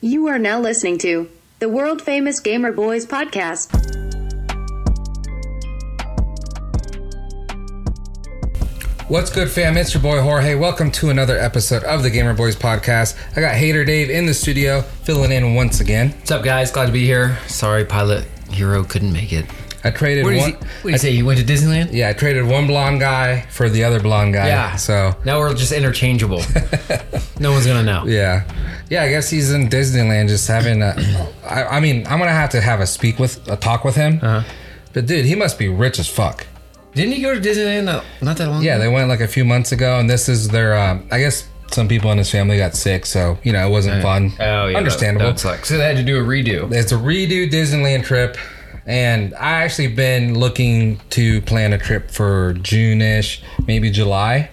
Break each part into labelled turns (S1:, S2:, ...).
S1: You are now listening to the world famous Gamer Boys podcast.
S2: What's good, fam? It's your boy Jorge. Welcome to another episode of the Gamer Boys Podcast. I got Hater Dave in the studio, filling in once again.
S3: What's up, guys? Glad to be here. Sorry, Pilot Hero couldn't make it.
S2: I traded
S3: What do you,
S2: one.
S3: what do you say? You went to Disneyland?
S2: Yeah, I traded one blonde guy for the other blonde guy. So
S3: now we're just interchangeable. no one's gonna know.
S2: yeah, yeah. I guess he's in Disneyland, just having a. I, I mean, I'm gonna have to have a speak with a talk with him.
S3: Uh-huh.
S2: But dude, he must be rich as fuck.
S3: Didn't you go to Disneyland not, not that long?
S2: Yeah,
S3: ago?
S2: they went like a few months ago, and this is their. Um, I guess some people in his family got sick, so you know it wasn't fun.
S3: Oh, yeah.
S2: understandable.
S3: That, that sucks. So they had to do a redo.
S2: It's a redo Disneyland trip, and I actually been looking to plan a trip for June-ish, maybe July.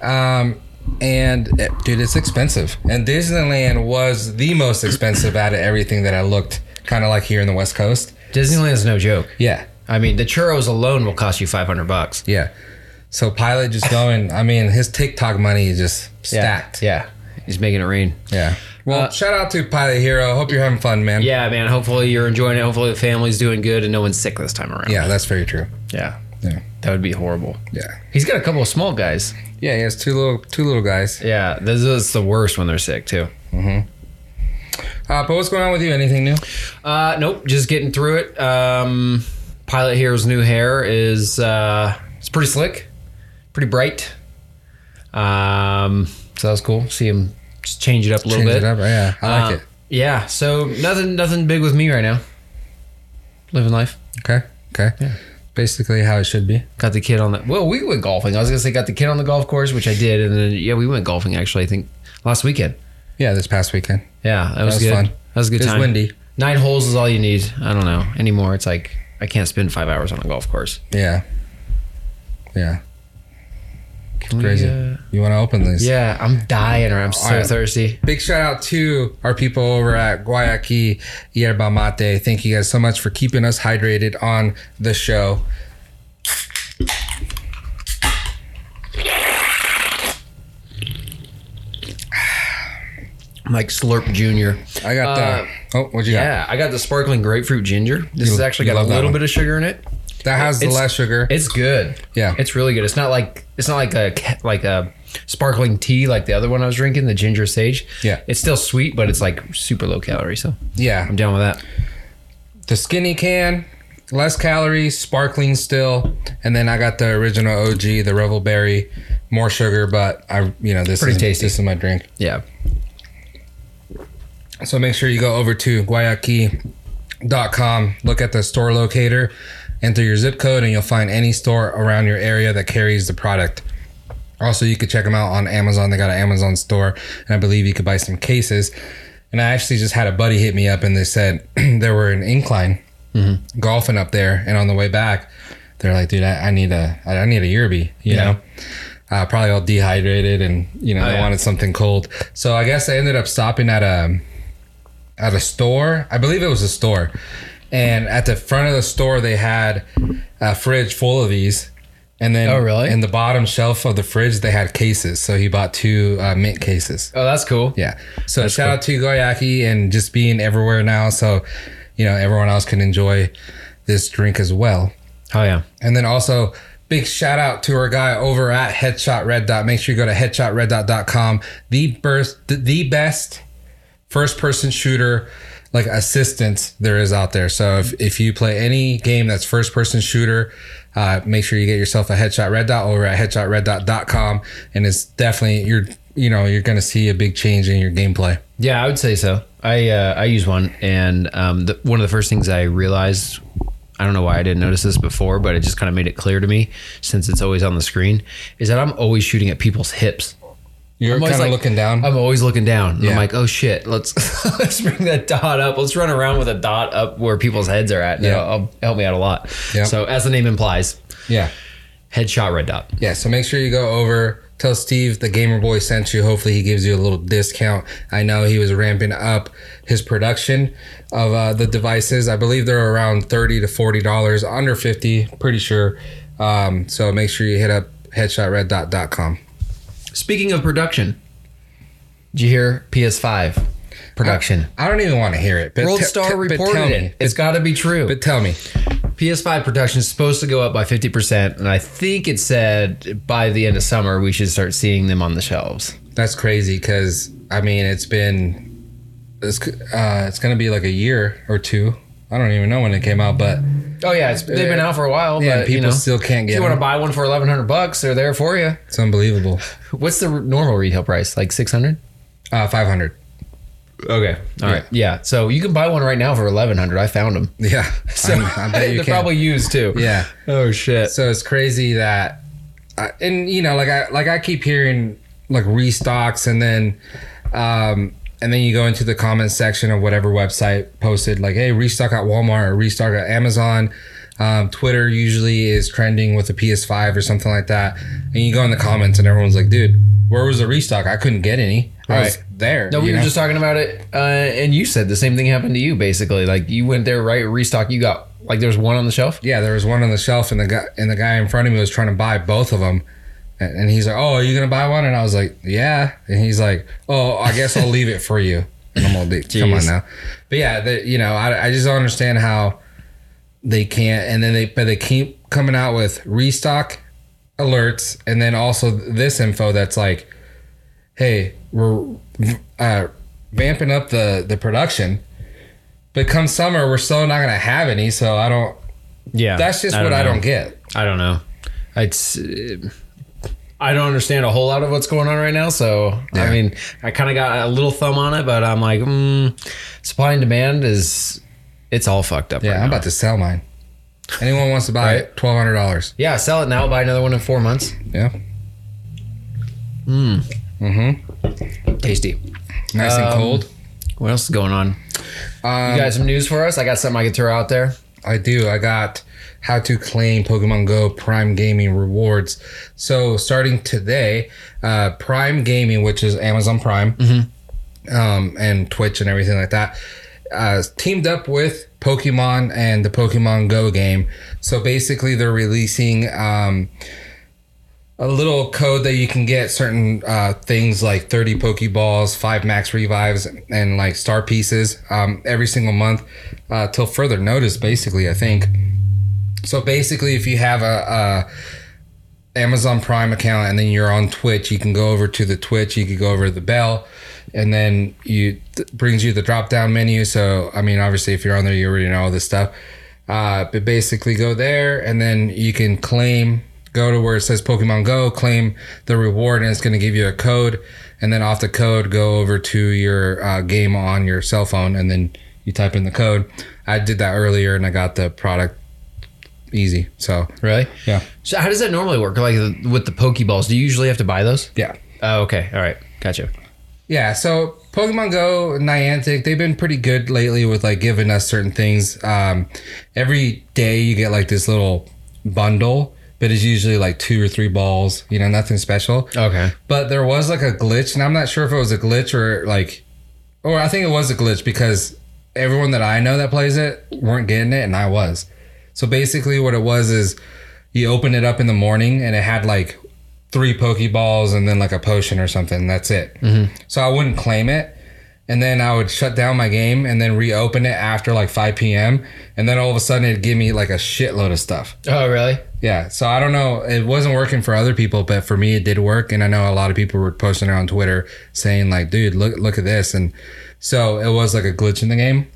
S2: Um, and eh, dude, it's expensive, and Disneyland was the most expensive out of everything that I looked. Kind of like here in the West Coast.
S3: Disneyland's no joke.
S2: Yeah,
S3: I mean, the churros alone will cost you five hundred bucks.
S2: yeah. So Pilot just going. I mean, his TikTok money is just stacked.
S3: Yeah. He's making it rain.
S2: Yeah. Well,
S3: Uh,
S2: shout out to Pilot Hero. Hope you're having fun, man.
S3: Yeah, man. Hopefully you're enjoying it. Hopefully the family's doing good and no one's sick this time around.
S2: Yeah, that's very true.
S3: Yeah.
S2: Yeah.
S3: That would be horrible.
S2: Yeah.
S3: He's got a couple of small guys.
S2: Yeah, he has two little two little guys.
S3: Yeah, this is the worst when they're sick too.
S2: Uh, but what's going on with you? Anything new?
S3: Uh, nope, just getting through it. Um, Pilot Hero's new hair is uh, it's pretty slick, pretty bright. Um, so that was cool. See him just change it up a little
S2: Change
S3: bit.
S2: it up. Yeah, I like
S3: Uh, Yeah. So nothing, nothing big with me right now. Living life.
S2: it. Okay. Okay. Basically how it should be.
S3: Got the kid on the. Well, we went golfing. I was gonna say got the kid on the golf course, which I did, and then yeah, we went golfing actually. I think last weekend.
S2: Yeah, this past weekend.
S3: Yeah, that, was,
S2: was
S3: good.
S2: fun.
S3: That was a good
S2: It's
S3: time.
S2: windy.
S3: Nine holes is all you need. I don't know anymore. It's like I can't spend five hours on a golf course.
S2: Yeah. Yeah.
S3: Can we,
S2: Crazy.
S3: uh,
S2: You want to open this?
S3: yeah, I'm dying or I'm so
S2: Alright.
S3: thirsty.
S2: Big shout out to our people over at Guayaquil Yerba Mate. Thank you guys so much for keeping us hydrated on the show.
S3: I'm like Slurp Junior.
S2: I got
S3: Uh,
S2: the. Oh, what you got?
S3: Yeah, I got the sparkling grapefruit ginger. This
S2: You-
S3: has actually
S2: you
S3: got a
S2: love that
S3: little
S2: one.
S3: bit of sugar in it.
S2: That has the
S3: It's-
S2: less sugar.
S3: It's good.
S2: Yeah.
S3: it's really good. It's not like it's not like a ca- like a sparkling tea like the other one I was drinking, the ginger sage.
S2: Yeah.
S3: it's still sweet, but it's like super low calorie. So
S2: yeah.
S3: I'm down with that.
S2: the skinny can, less calories, sparkling still, and then I got the original OG, the Revel Berry, more sugar, but I you know this
S3: Pretty
S2: is
S3: tasty.
S2: this is my drink.
S3: Yeah,
S2: So make sure you go over to guayaquil.com, look at the store locator, enter your zip code, and you'll find any store around your area that carries the product. Also, you could check them out on Amazon. They got an Amazon store, and I believe you could buy some cases. And I actually just had a buddy hit me up, and they said they were in incline
S3: Mm-hmm.
S2: golfing up there, and on the way back, they're like, "Dude, I, I need a, I need a yerby," you know. Uh, probably all dehydrated, and you know,
S3: Oh,
S2: they
S3: yeah.
S2: wanted something cold. So I guess I ended up stopping at a at a store. I believe it was a store. And at the front of the store, they had a fridge full of these. And then,
S3: Oh, really?
S2: In the bottom shelf of the fridge, they had cases. So he bought two uh, mint cases.
S3: Oh, that's cool.
S2: Yeah. So shout out to Goyaki and just being everywhere now. So, you know, everyone else can enjoy this drink as well.
S3: Oh yeah.
S2: And then also, big shout out to our guy over at Headshot Red Dot. Make sure you go to headshotred.com. The best, the best first person shooter like assistance there is out there. So if, if you play any game that's first person shooter, uh, make sure you get yourself a Headshot Red Dot over at headshotred.com. And it's definitely, you're, you know, you're going to see a big change in your gameplay.
S3: Yeah, I would say so. I uh, I use one, and um, the, one of the first things I realized, I don't know why I didn't notice this before, but it just kind of made it clear to me since it's always on the screen, is that I'm always shooting at people's hips.
S2: You're
S3: I'm
S2: kind
S3: always
S2: of
S3: like-
S2: looking down.
S3: I'm always looking down. And
S2: Yeah.
S3: I'm like, oh shit, let's let's bring that dot up. Let's run around with a dot up where people's heads are at. and
S2: Yeah.
S3: It'll, it'll help me out a lot.
S2: Yeah.
S3: So as the name implies,
S2: yeah.
S3: headshot red dot.
S2: Yeah, so make sure you go over. Tell Steve the Gamer Boy sent you. Hopefully, he gives you a little discount. I know he was ramping up his production of uh, the devices. I believe they're around thirty to forty dollars, under fifty, pretty sure. Um, so make sure you hit up headshotred.com.
S3: Speaking of production, did you hear PS5? production.
S2: I don't even want to hear it. Uh, But
S3: World
S2: te-
S3: Star
S2: te- but tell
S3: reported
S2: me.
S3: it. It's got to be true.
S2: But tell me,
S3: PS5 production is supposed to go up by 50%, and I think it said by the end of summer we should start seeing them on the shelves.
S2: that's crazy because I mean it's been it's c- uh, it's gonna be like a year or two. I don't even know when it came out, but
S3: Oh yeah, it's, they've been out for a while,
S2: yeah,
S3: but
S2: people
S3: you know,
S2: still can't
S3: if
S2: get.
S3: you want to
S2: Them.
S3: buy one for 1100 bucks, they're there for you.
S2: It's unbelievable.
S3: What's the r- normal retail price? Like 600?
S2: Uh, Five hundred.
S3: Okay. all right. yeah. So you can buy one right now for 1100. I found them.
S2: Yeah,
S3: So
S2: I'm- I bet you
S3: they're
S2: can.
S3: probably used too.
S2: yeah.
S3: Oh shit.
S2: So it's crazy that, I, and you know, like I like I keep hearing like restocks, and then, um, and then you go into the comment section of whatever website posted like, hey, restock at Walmart or restock at Amazon. Um, Twitter usually is trending with a PS5 or something like that, and you go in the comments, and everyone's like, dude, where was the restock? I couldn't get any. I was
S3: Right.
S2: there.
S3: No, we
S2: you
S3: were
S2: know?
S3: just talking about it, uh, and you said the same thing happened to you. Basically, like you went there, right? Restock. You got like there's one on the shelf.
S2: Yeah, there was one on the shelf, and the guy and the guy in front of me was trying to buy both of them, and, and he's like, "Oh, are you gonna buy one?" And I was like, "Yeah," and he's like, "Oh, I guess I'll leave it for you." And I'm all, "Dude, "Come on
S3: Jeez.
S2: now," but yeah, the, you know, I, I just don't understand how they can't, and then they but they keep coming out with restock alerts, and then also this info that's like, "Hey, we're uh, vamping up the the production." But come summer, we're still not gonna have any, so I don't.
S3: Yeah,
S2: That's just what I don't get.
S3: I don't know. It's. uh, I don't understand a whole lot of what's going on right now, so I
S2: Yeah.
S3: mean, I kind of got a little thumb on it, but I'm like, mm, supply and demand is, it's all fucked up.
S2: Yeah,
S3: right
S2: I'm
S3: now.
S2: about to sell mine. Anyone wants to buy it, twelve hundred dollars.
S3: yeah, sell it now, buy another one in four months. Hmm.
S2: Yeah, Mm-hmm.
S3: Tasty.
S2: nice and
S3: Um,
S2: cold.
S3: What else is going on?
S2: Um,
S3: You got some news for us? I got something I could throw out there.
S2: I do. I got how to claim Pokemon Go Prime Gaming rewards. So starting today, uh, Prime Gaming, which is Amazon Prime,
S3: Mm-hmm.
S2: um, and Twitch and everything like that, uh, teamed up with Pokemon and the Pokemon Go game. So basically, they're releasing. Um, a little code that you can get certain uh, things like 30 Pokeballs, five max revives, and like star pieces um, every single month uh, till further notice, basically, I think. So basically, if you have a, a Amazon Prime account and then you're on Twitch, you can go over to the Twitch, you could go over to the bell, and then you th- brings you the drop down menu. So I mean, obviously, if you're on there, you already know all this stuff. Uh, but basically, go there and then you can claim. Go to where it says Pokemon Go, claim the reward, and it's going to give you a code. And then off the code, go over to your uh, game on your cell phone, and then you type in the code. I did that earlier, and I got the product easy. So
S3: Really?
S2: Yeah.
S3: So how does that normally work? Like the- with the Pokeballs, do you usually have to buy those?
S2: yeah,
S3: Oh, okay. All right. Gotcha.
S2: yeah. So Pokemon Go, Niantic, they've been pretty good lately with like giving us certain things. Um, every day you get like this little bundle, but it's usually like two or three balls. You know, nothing special.
S3: Okay.
S2: But there was like a glitch, and I'm not sure if it was a glitch or like, or I think it was a glitch because everyone that I know that plays it weren't getting it, and I was. So basically, what it was is you open it up in the morning, and it had like three Pokeballs and then like a potion or something. That's it. So I wouldn't claim it. And then I would shut down my game and then reopen it after like 5 p.m. And then all of a sudden it'd give me like a shitload of stuff.
S3: Oh, really?
S2: Yeah, so I don't know. It wasn't working for other people, but for me, it did work. And I know a lot of people were posting it on Twitter saying, like, "Dude, look, look at this!" And so it was like a glitch in the game.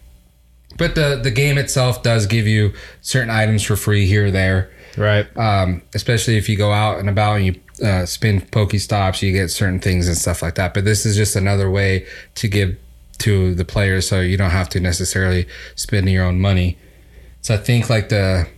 S2: But the the game itself does give you certain items for free here or there.
S3: Right.
S2: Um, especially if you go out and about and you uh, spin Pokestops, you get certain things and stuff like that. But this is just another way to give to the players, so you don't have to necessarily spend your own money. So I think like the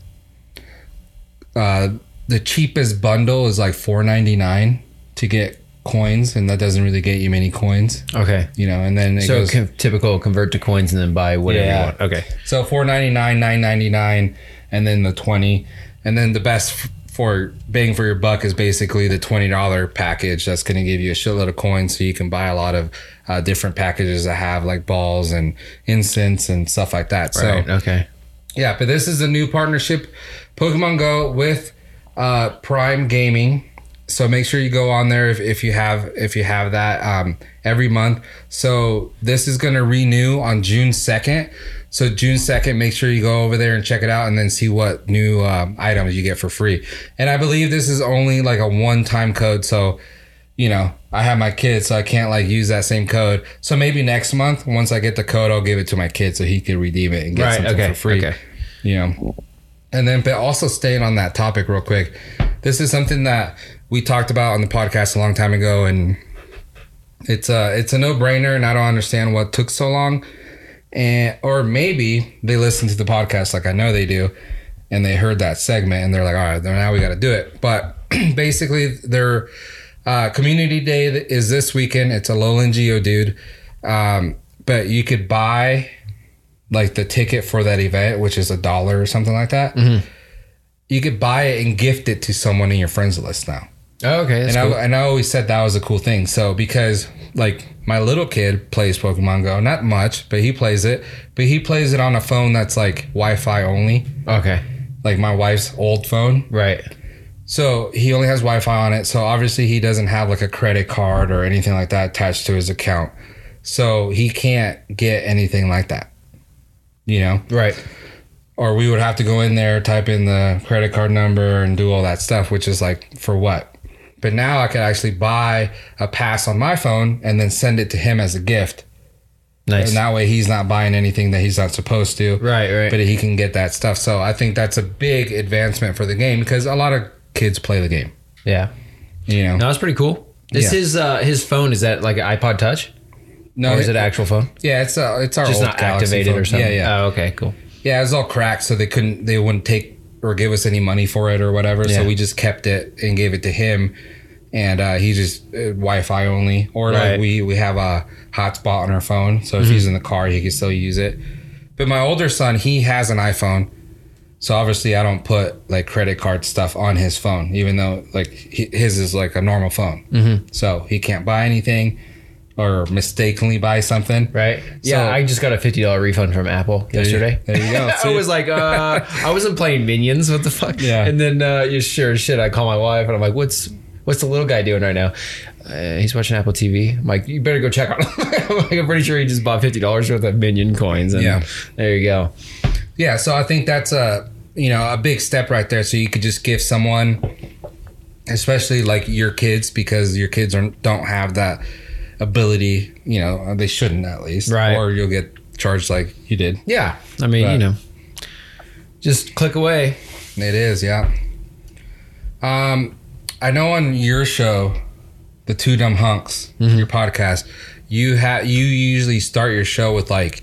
S2: uh, the cheapest bundle is like four ninety nine to get coins, and that doesn't really get you many coins,
S3: Okay.
S2: you know. And then it
S3: So
S2: goes,
S3: con- typical convert to coins and then buy whatever
S2: Yeah.
S3: you want. Okay.
S2: so four ninety nine, nine ninety nine, and then the twenty, and then the best f- for bang for your buck is basically the twenty dollar package. That's going to give you a shitload of coins, so you can buy a lot of uh, different packages that have like balls and incense and stuff like that. So
S3: Right. Okay.
S2: yeah, but this is a new partnership, Pokemon Go with uh, Prime Gaming. so make sure you go on there if, if you have if you have that um, every month so this is going to renew on june 2nd so june 2nd make sure you go over there and check it out and then see what new um, items you get for free and i believe this is only like a one time code so you know i have my kid so i can't like use that same code so maybe next month once i get the code i'll give it to my kid so he can redeem it and get
S3: Right,
S2: something
S3: okay,
S2: for free
S3: okay.
S2: you know and then, but also staying on that topic real quick, this is something that we talked about on the podcast a long time ago, and it's a it's a no brainer, and I don't understand what took so long, and or maybe they listened to the podcast like I know they do, and they heard that segment and they're like, all right, then now we got to do it. But basically, their uh, community day th- is this weekend. It's a Lowland Geo dude, um, but you could buy like the ticket for that event, which is a dollar or something like that.
S3: Mm-hmm.
S2: You could buy it and gift it to someone in your friends list now.
S3: Oh, okay, that's
S2: And
S3: cool.
S2: I and I always said that was a cool thing. So because like my little kid plays Pokemon Go, not much, but he plays it. But he plays it on a phone that's like Wi-Fi only,
S3: okay,
S2: like my wife's old phone.
S3: right.
S2: So he only has Wi Fi on it. So obviously he doesn't have like a credit card or anything like that attached to his account. So he can't get anything like that, you know?
S3: Right.
S2: Or we would have to go in there, type in the credit card number and do all that stuff, which is like for what? But now I could actually buy a pass on my phone and then send it to him as a gift.
S3: Nice.
S2: And that way he's not buying anything that he's not supposed to
S3: right, right.
S2: but he can get that stuff. So I think that's a big advancement for the game because a lot of kids play the game.
S3: yeah.
S2: You know,
S3: No, that's pretty cool. This
S2: Yeah.
S3: is uh, his phone. Is that like an iPod Touch?
S2: no,
S3: Or is it an actual phone?
S2: Yeah, it's uh, it's our
S3: Just
S2: old
S3: not
S2: Galaxy
S3: activated
S2: phone.
S3: or something?
S2: Yeah, yeah,
S3: Oh, okay, cool.
S2: yeah. It was all cracked, so they couldn't, they wouldn't take or give us any money for it or whatever.
S3: Yeah.
S2: So we just kept it and gave it to him, and uh, he just uh, Wi-Fi only. Or
S3: Right. Mm-hmm.
S2: like we we have a hotspot on our phone, so if he's in the car, he can still use it. But my older son, he has an iPhone. So obviously, I don't put like credit card stuff on his phone, even though like hi- his is like a normal phone.
S3: Mm-hmm.
S2: So he can't buy anything or mistakenly buy something.
S3: Right. yeah, I just got a fifty dollar refund from Apple yesterday.
S2: There you go.
S3: I was like, uh, I wasn't playing Minions. What the fuck?
S2: Yeah.
S3: And then uh, you sure as shit. I call my wife and I'm like, what's what's the little guy doing right now? Uh, he's watching Apple TV. I'm like, you better go check on him. I'm, like, I'm pretty sure he just bought fifty dollars worth of Minion coins. And
S2: Yeah.
S3: There you go.
S2: yeah so i think that's a you know a big step right there so you could just give someone especially like your kids because your kids are, don't have that ability you know uh, they shouldn't at least
S3: Right.
S2: or you'll get charged like you did
S3: Yeah. I mean,
S2: Right.
S3: you know, just click away.
S2: it is yeah um i know on your show the two dumb hunks your podcast you have you usually start your show with like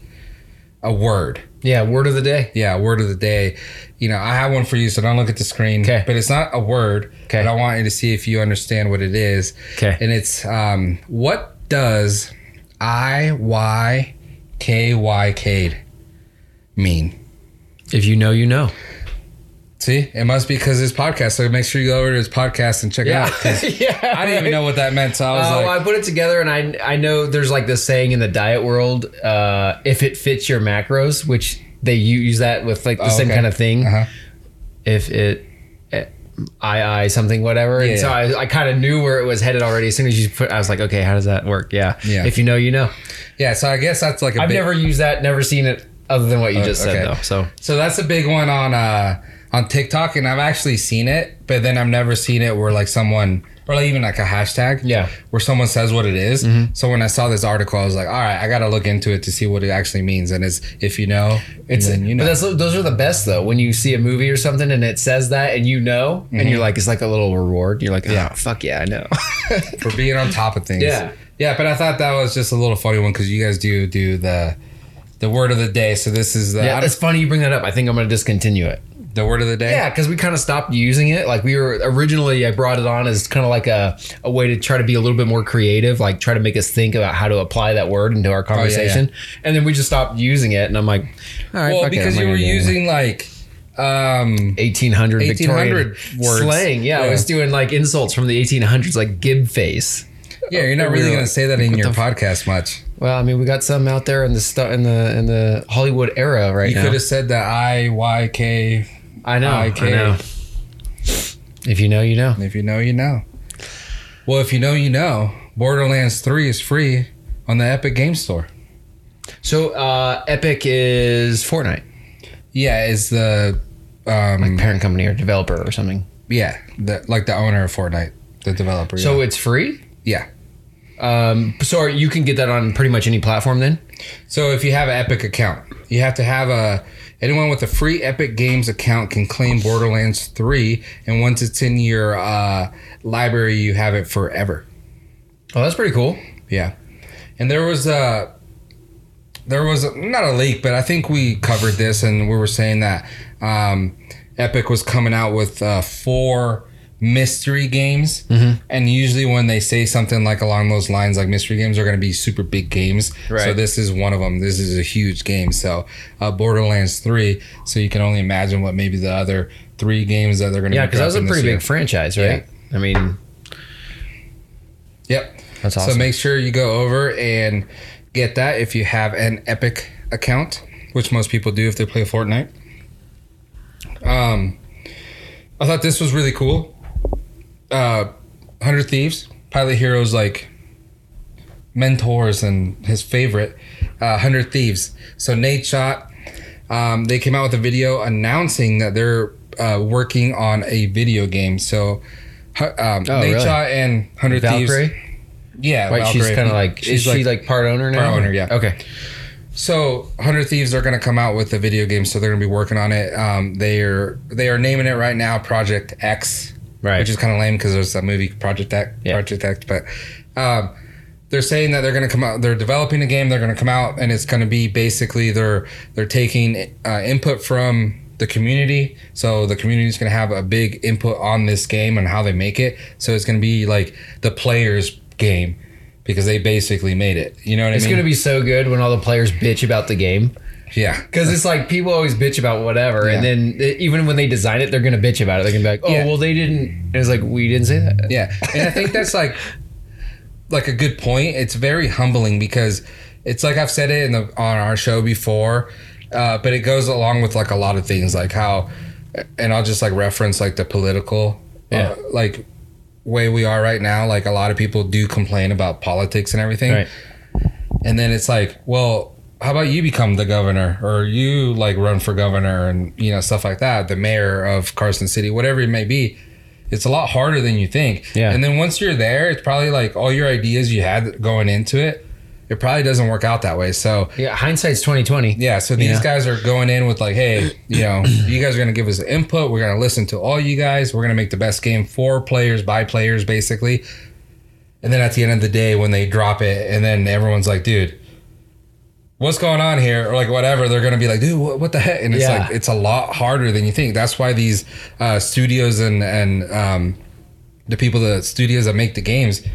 S2: a word
S3: Yeah. Word of the day.
S2: Yeah, word of the day. You know, I have one for you, so don't look at the screen.
S3: 'Kay.
S2: But it's not a word.
S3: 'Kay.
S2: But I want you to see if you understand what it is.
S3: 'Kay.
S2: And it's um, what does I Y K Y K mean?
S3: If you know, you know.
S2: See, it must be because his podcast. So make sure you go over to his podcast and check it out. 'cause
S3: yeah.
S2: I didn't even know what that meant. So I was
S3: Uh,
S2: like,
S3: well, I put it together, and I I know there's like this saying in the diet world, uh, if it fits your macros, which they u- use that with like the
S2: Oh,
S3: same
S2: okay.
S3: kind of thing.
S2: Uh-huh.
S3: If it, eh, I I something whatever,
S2: Yeah.
S3: and so I, I kind of knew where it was headed already. As soon as you put, I was like, okay, how does that work? Yeah,
S2: Yeah.
S3: If you know, you know.
S2: yeah. So I guess that's like a
S3: I've
S2: big-
S3: never used that, never seen it, other than what you
S2: Oh,
S3: just
S2: okay.
S3: said though. So
S2: So that's a big one on uh on TikTok, and I've actually seen it, but then I've never seen it where like someone or like even like a hashtag,
S3: Yeah.
S2: where someone says what it is. So when I saw this article, I was like, all right, I gotta look into it to see what it actually means. And it's if you know, it's
S3: It's,
S2: then you know.
S3: But that's, those are the best though. When you see a movie or something and it says that, and you know, and
S2: Mm-hmm.
S3: you're like, it's like a little reward. You're like, yeah, fuck yeah, I know.
S2: for being on top of things.
S3: Yeah.
S2: yeah. But I thought that was just a little funny one because you guys do do the the word of the day. So this is the
S3: Yeah,
S2: I
S3: it's
S2: don't-
S3: funny you bring that up. I think I'm going to discontinue it.
S2: the word of the day.
S3: Yeah, because we kind of stopped using it. Like we were originally, I brought it on as kind of like a, a way to try to be a little bit more creative, like try to make us think about how to apply that word into our conversation. And then we just stopped using it. And I'm like, all right,
S2: Well,
S3: fuck it,
S2: because
S3: I'm
S2: you
S3: not
S2: were
S3: gonna do anything.
S2: using like um
S3: 1800
S2: 1800
S3: Victorian
S2: words.
S3: slang. Yeah, I
S2: Yeah.
S3: was doing like insults from the 1800s, like gib face.
S2: yeah, you're not really
S3: Really?
S2: gonna say that in your podcast much.
S3: Well, I mean, we got some out there in the stu- in the in the Hollywood era right
S2: You
S3: now.
S2: could have said the I Y K.
S3: I know, I
S2: IK.
S3: know. If you know, you know.
S2: If you know, you know. Well, if you know, you know. Borderlands 3 is free on the Epic Game Store.
S3: So uh, Epic is Fortnite,
S2: Yeah, it's the um
S3: like parent company or developer or something.
S2: yeah, the like the owner of Fortnite, the developer.
S3: So it's free.
S2: yeah.
S3: Um, so you can get that on pretty much any platform then.
S2: So if you have an Epic account, you have to have a anyone with a free Epic Games account can claim Borderlands 3 and once it's in your uh library, you have it forever.
S3: Oh, that's pretty cool.
S2: Yeah. And there was a there was a, not a leak, but I think we covered this and we were saying that um, Epic was coming out with uh, four mystery games.
S3: Mm-hmm.
S2: And usually when they say something like along those lines, like mystery games are going to be super big games. So
S3: Right.
S2: this is one of them. This is a huge game. So uh, Borderlands 3. So you can only imagine what maybe the other three games that they're going to be
S3: Yeah, because that was a
S2: dropping this
S3: pretty
S2: year.
S3: big franchise, right? I mean,
S2: Yep.
S3: That's awesome.
S2: So make sure you go over and get that if you have an Epic account, which most people do if they play Fortnite. Um, I thought this was really cool. Uh, Hundred Thieves, Pilot Heroes, like mentors and his favorite, uh, Hundred Thieves. So Nate Shot, um, they came out with a video announcing that they're uh, working on a video game. So. hu- Um,
S3: Oh,
S2: Nate
S3: really?
S2: Shot and Hundred Thieves.
S3: Valkyrie.
S2: Yeah,
S3: Right, she's
S2: Valkyrie.
S3: kind of like
S2: she's
S3: is she like part owner now?
S2: Part owner, yeah.
S3: Okay.
S2: so. Hundred Thieves are going to come out with a video game, so they're going to be working on it. Um, they are they are naming it right now Project X,
S3: Right.
S2: which is kind of lame because there's a movie Project X,
S3: Yeah.
S2: Project X, but. Um, they're saying that they're going to come out. They're developing a game. They're going to come out, and it's going to be basically they're they're taking uh, input from the community. So the community is going to have a big input on this game and how they make it. So it's going to be like the players' game because they basically made it. You know what
S3: it's
S2: I mean?
S3: gonna be so good when all the players bitch about the game
S2: Yeah.
S3: because it's like people always bitch about whatever, and
S2: Yeah.
S3: then eh, even when they design it, they're gonna bitch about it. They're gonna be like, "Oh,
S2: Yeah.
S3: well, they didn't." And it's like we didn't say that.
S2: Yeah. And I think that's like like a good point. It's very humbling because it's like I've said it in the on our show before, uh, but it goes along with like a lot of things like how and I'll just like reference like the political
S3: Yeah.
S2: uh, like way we are right now like a lot of people do complain about politics and everything
S3: Right.
S2: and then it's like well how about you become the governor or you like run for governor and you know stuff like that the mayor of carson city whatever it may be it's a lot harder than you think
S3: Yeah.
S2: and then once you're there it's probably like all your ideas you had going into it it probably doesn't work out that way so
S3: Yeah, hindsight's twenty twenty.
S2: yeah, so these
S3: Yeah.
S2: guys are going in with like, hey, you know, you guys are going to give us input. We're going to listen to all you guys. We're going to make the best game for players by players, basically. And then at the end of the day, when they drop it, and then everyone's like, dude, what's going on here? Or like, whatever, they're going to be like, dude, what, what the heck? And it's
S3: Yeah.
S2: like, it's a lot harder than you think. That's why these uh, studios and, and um, the people, the studios that make the games,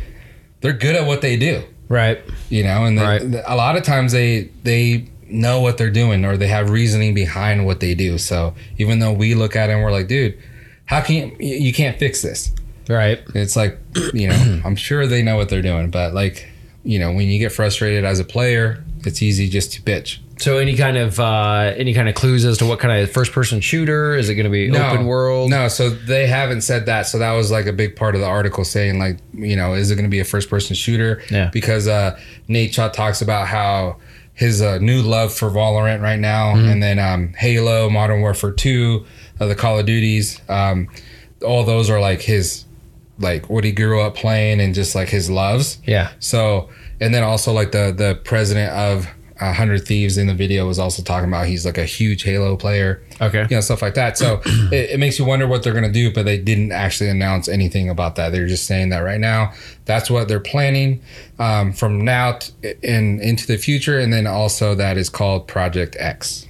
S2: they're good at what they do
S3: Right.
S2: you know and the,
S3: Right.
S2: the- a lot of times they they know what they're doing or they have reasoning behind what they do so even though we look at it and we're like dude how can you, you you can't fix this
S3: Right.
S2: it's like you know i'm sure they know what they're doing but like you know when you get frustrated as a player it's easy just to bitch
S3: So any kind of uh, any kind of clues as to what kind of first person shooter is it going to be open world?
S2: no so they haven't said that so that was like a big part of the article saying like you know is it going to be a first person shooter
S3: Yeah.
S2: because uh nate Shot talks about how his uh, new love for valorant right now
S3: Mm-hmm.
S2: and then um halo modern warfare 2 uh, the call of duties um all those are like his like what he grew up playing and just like his loves
S3: Yeah.
S2: so, and then also like the the president of uh, Hundred Thieves in the video was also talking about he's like a huge Halo player,
S3: Okay.
S2: you know, stuff like that. So it, it makes you wonder what they're gonna do, but they didn't actually announce anything about that. They're just saying that right now that's what they're planning um, from now t- and into the future, and then also that is called Project X.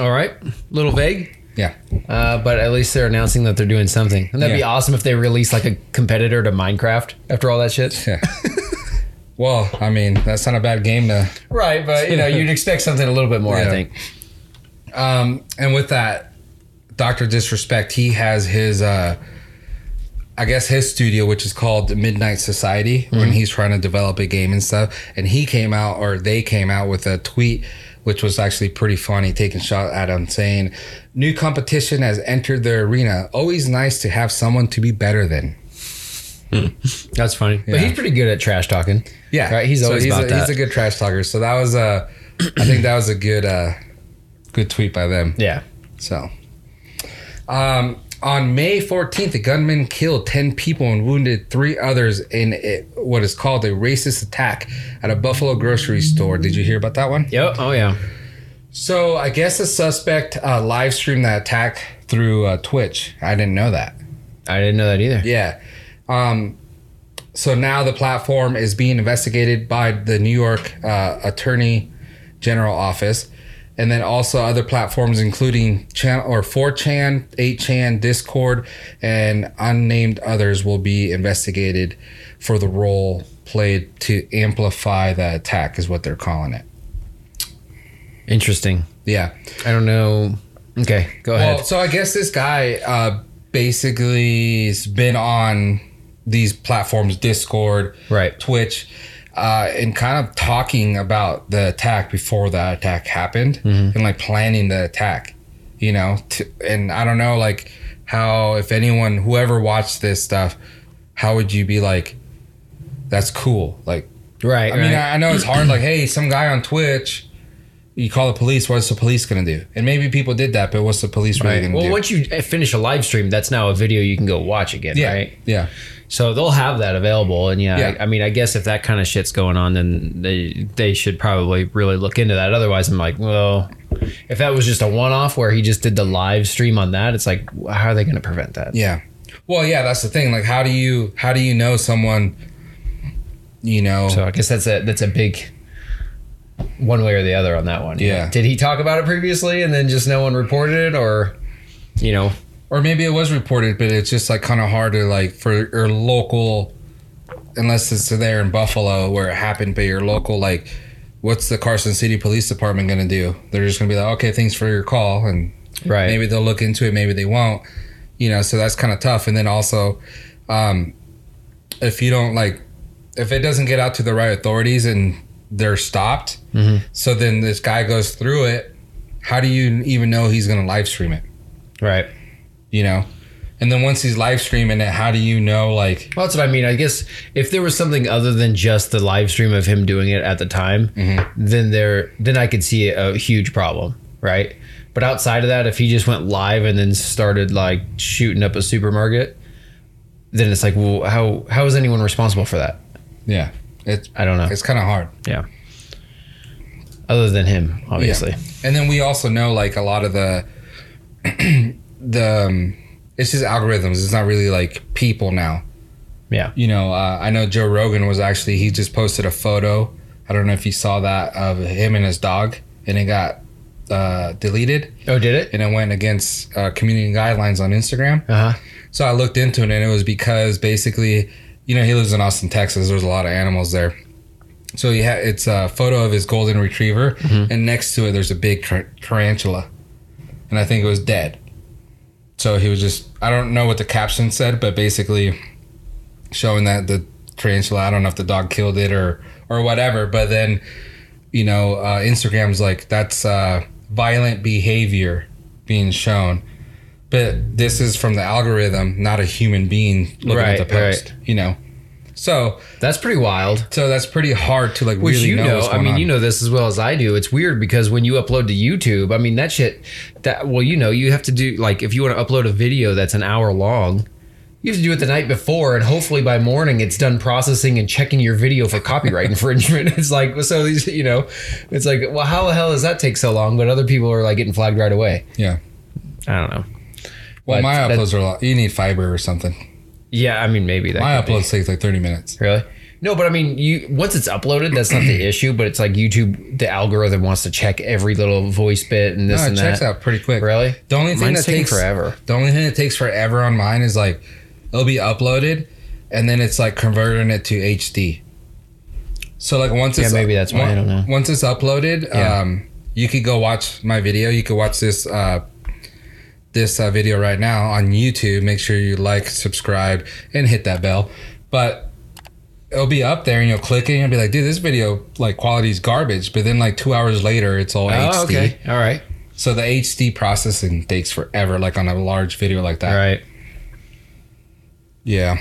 S3: All right. Little vague.
S2: Yeah,
S3: Uh, but at least they're announcing that they're doing something. And that'd be
S2: Yeah.
S3: awesome if they release like a competitor to Minecraft after all that shit.
S2: yeah. well, I mean that's not a bad game to
S3: Right, but you know, you'd expect something a little bit more, I
S2: Yeah.
S3: think.
S2: Um, and with that, Doctor Disrespect, he has his, uh, I guess his studio, which is called Midnight Society,
S3: Mm-hmm.
S2: when he's trying to develop a game and stuff. And he came out, or they came out with a tweet, which was actually pretty funny, taking shot at him, saying, "New competition has entered the arena. Always nice to have someone to be better than."
S3: That's funny. But
S2: Yeah.
S3: he's pretty good at trash talking.
S2: Yeah,
S3: Right? He's
S2: So
S3: always
S2: he's
S3: about
S2: a,
S3: that.
S2: He's a good trash talker. So that was a, I think that was a good, uh, good tweet by them.
S3: yeah.
S2: So, um, on May 14th, a gunman killed 10 people and wounded three others in a, what is called a racist attack at a Buffalo grocery store. Did you hear about that one?
S3: Yep. Oh yeah.
S2: So, I guess the suspect uh, live streamed that attack through uh, Twitch. I didn't know that.
S3: I didn't know that either.
S2: Yeah. Um, so now the platform is being investigated by the New York uh, Attorney General Office, and then also other platforms including channel or 4chan, 8chan, Discord, and unnamed others will be investigated for the role played to amplify the attack, is what they're calling it.
S3: Interesting.
S2: Yeah.
S3: I don't know. Okay, go
S2: Well,
S3: ahead.
S2: so I guess this guy uh, basically has been on these platforms, Discord,
S3: Right.
S2: Twitch, uh, and kind of talking about the attack before the attack happened
S3: Mm-hmm.
S2: and like planning the attack, you know. To, and I don't know, like, how, if anyone, whoever watched this stuff, how would you be like, that's cool? Like,
S3: right.
S2: I mean, I I know it's hard. Like, hey, some guy on Twitch, you call the police. What's the police gonna do? And maybe people did that, but what's the police really gonna
S3: well,
S2: do?
S3: once you eh, finish a live stream, that's now a video you can go watch again,
S2: yeah,
S3: right?
S2: yeah,
S3: So they'll have that available, and yeah,
S2: Yeah.
S3: I, I mean, I guess if that kind of shit's going on, then they they should probably really look into that. Otherwise, I'm like, well, if that was just a one off where he just did the live stream on that, it's like, how are they going to prevent that?
S2: yeah. Well, yeah, that's the thing. Like, how do you how do you know someone? You know,
S3: So I guess that's a that's a big one way or the other on that one.
S2: Yeah.
S3: Did he talk about it previously, and then just no one reported it, or you know,
S2: or maybe it was reported, but it's just like kind of hard to like for your local, unless it's there in Buffalo where it happened. But your local, like, what's the Carson City Police Department gonna do? They're just gonna be like, okay, thanks for your call, and
S3: right?
S2: maybe they'll look into it maybe they won't you know so that's kind of tough and then also um if you don't like if it doesn't get out to the right authorities and they're stopped so then this guy goes through it how do you even know he's gonna live stream it
S3: right.
S2: you know and then once he's live streaming it how do you know like
S3: Well, that's what I mean. I guess if there was something other than just the live stream of him doing it at the time,
S2: Mm-hmm.
S3: then there, then I could see a huge problem, right? But outside of that, if he just went live and then started like shooting up a supermarket, then it's like, well, how how is anyone responsible for that?
S2: yeah it's
S3: I don't know.
S2: it's kind of hard
S3: Yeah. Other than him, obviously.
S2: And then we also know like a lot of the the um, it's just algorithms. It's not really like people now.
S3: Yeah.
S2: You know, uh, I know Joe Rogan was actually he just posted a photo. I don't know if you saw that of him and his dog, and it got uh, deleted,
S3: Oh, did it?
S2: and it went against uh, community guidelines on Instagram.
S3: Uh huh.
S2: So I looked into it, and it was because basically, you know, he lives in Austin, Texas. There's a lot of animals there. So he had it's a photo of his golden retriever,
S3: Mm-hmm.
S2: and next to it there's a big tar- tarantula, and I think it was dead. So he was just I don't know what the caption said, but basically showing that the tarantula. I don't know if the dog killed it or or whatever. But then, you know, uh, Instagram's like that's uh, violent behavior being shown. But this is from the algorithm, not a human being looking
S3: Right,
S2: at the post. You know, so
S3: That's pretty wild.
S2: so that's pretty hard to like
S3: Which
S2: really
S3: you
S2: know.
S3: know,
S2: what's
S3: I
S2: going
S3: mean,
S2: on.
S3: you know this as well as I do. It's weird because when you upload to YouTube, I mean that shit. That well, you know, you have to do like if you want to upload a video that's an hour long, you have to do it the night before, and hopefully by morning it's done processing and checking your video for copyright infringement. It's like so these, you know, it's like well, how the hell does that take so long? But other people are like getting flagged right away.
S2: Yeah.
S3: I don't know.
S2: Well,
S3: But
S2: my
S3: that-
S2: uploads are a lot. You need fiber or something.
S3: Yeah, I mean maybe that.
S2: My
S3: could be.
S2: uploads take like thirty minutes.
S3: Really? No, but I mean, you once it's uploaded, that's not the issue. But it's like YouTube, the algorithm wants to check every little voice bit and this
S2: No, Ah, it
S3: and that.
S2: checks out pretty quick.
S3: Really?
S2: The only thing
S3: Mine's
S2: that
S3: taking
S2: takes
S3: forever.
S2: The only thing that takes forever on mine is like it'll be uploaded and then it's like converting it to HD. So like once
S3: Yeah,
S2: it's
S3: maybe that's why, I don't know.
S2: Once it's uploaded,
S3: Yeah.
S2: um, you could go watch my video. You could watch this uh, this uh, video right now on YouTube. Make sure you like, subscribe, and hit that bell. But it'll be up there, and you'll click it, and you'll be like, "Dude, this video like quality is garbage." But then like two hours later, it's all HD.
S3: Oh, okay. All right.
S2: So the HD processing takes
S3: Uh,
S2: forever, like on a large video like that.
S3: All right.
S2: Yeah.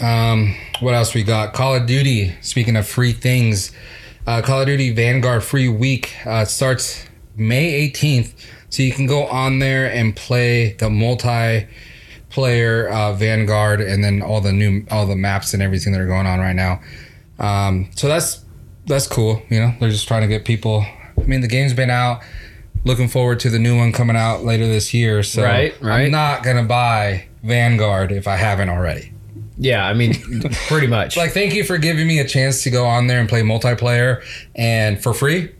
S2: Um, what else we got? Call of Duty. Speaking of free things, uh, Call of Duty Vanguard free week uh, starts May 18th, so you can go on there and play the multiplayer uh, Vanguard, and then all the new all the maps and everything that are going on right now. Um, so that's that's cool. You know, they're just trying to get people. I mean, the game's been out. Looking forward to the new one coming out later this year. So
S3: Right, right.
S2: I'm not gonna buy Vanguard if I haven't already.
S3: Yeah, I mean, pretty much.
S2: Like, thank you for giving me a chance to go on there and play multiplayer and for free.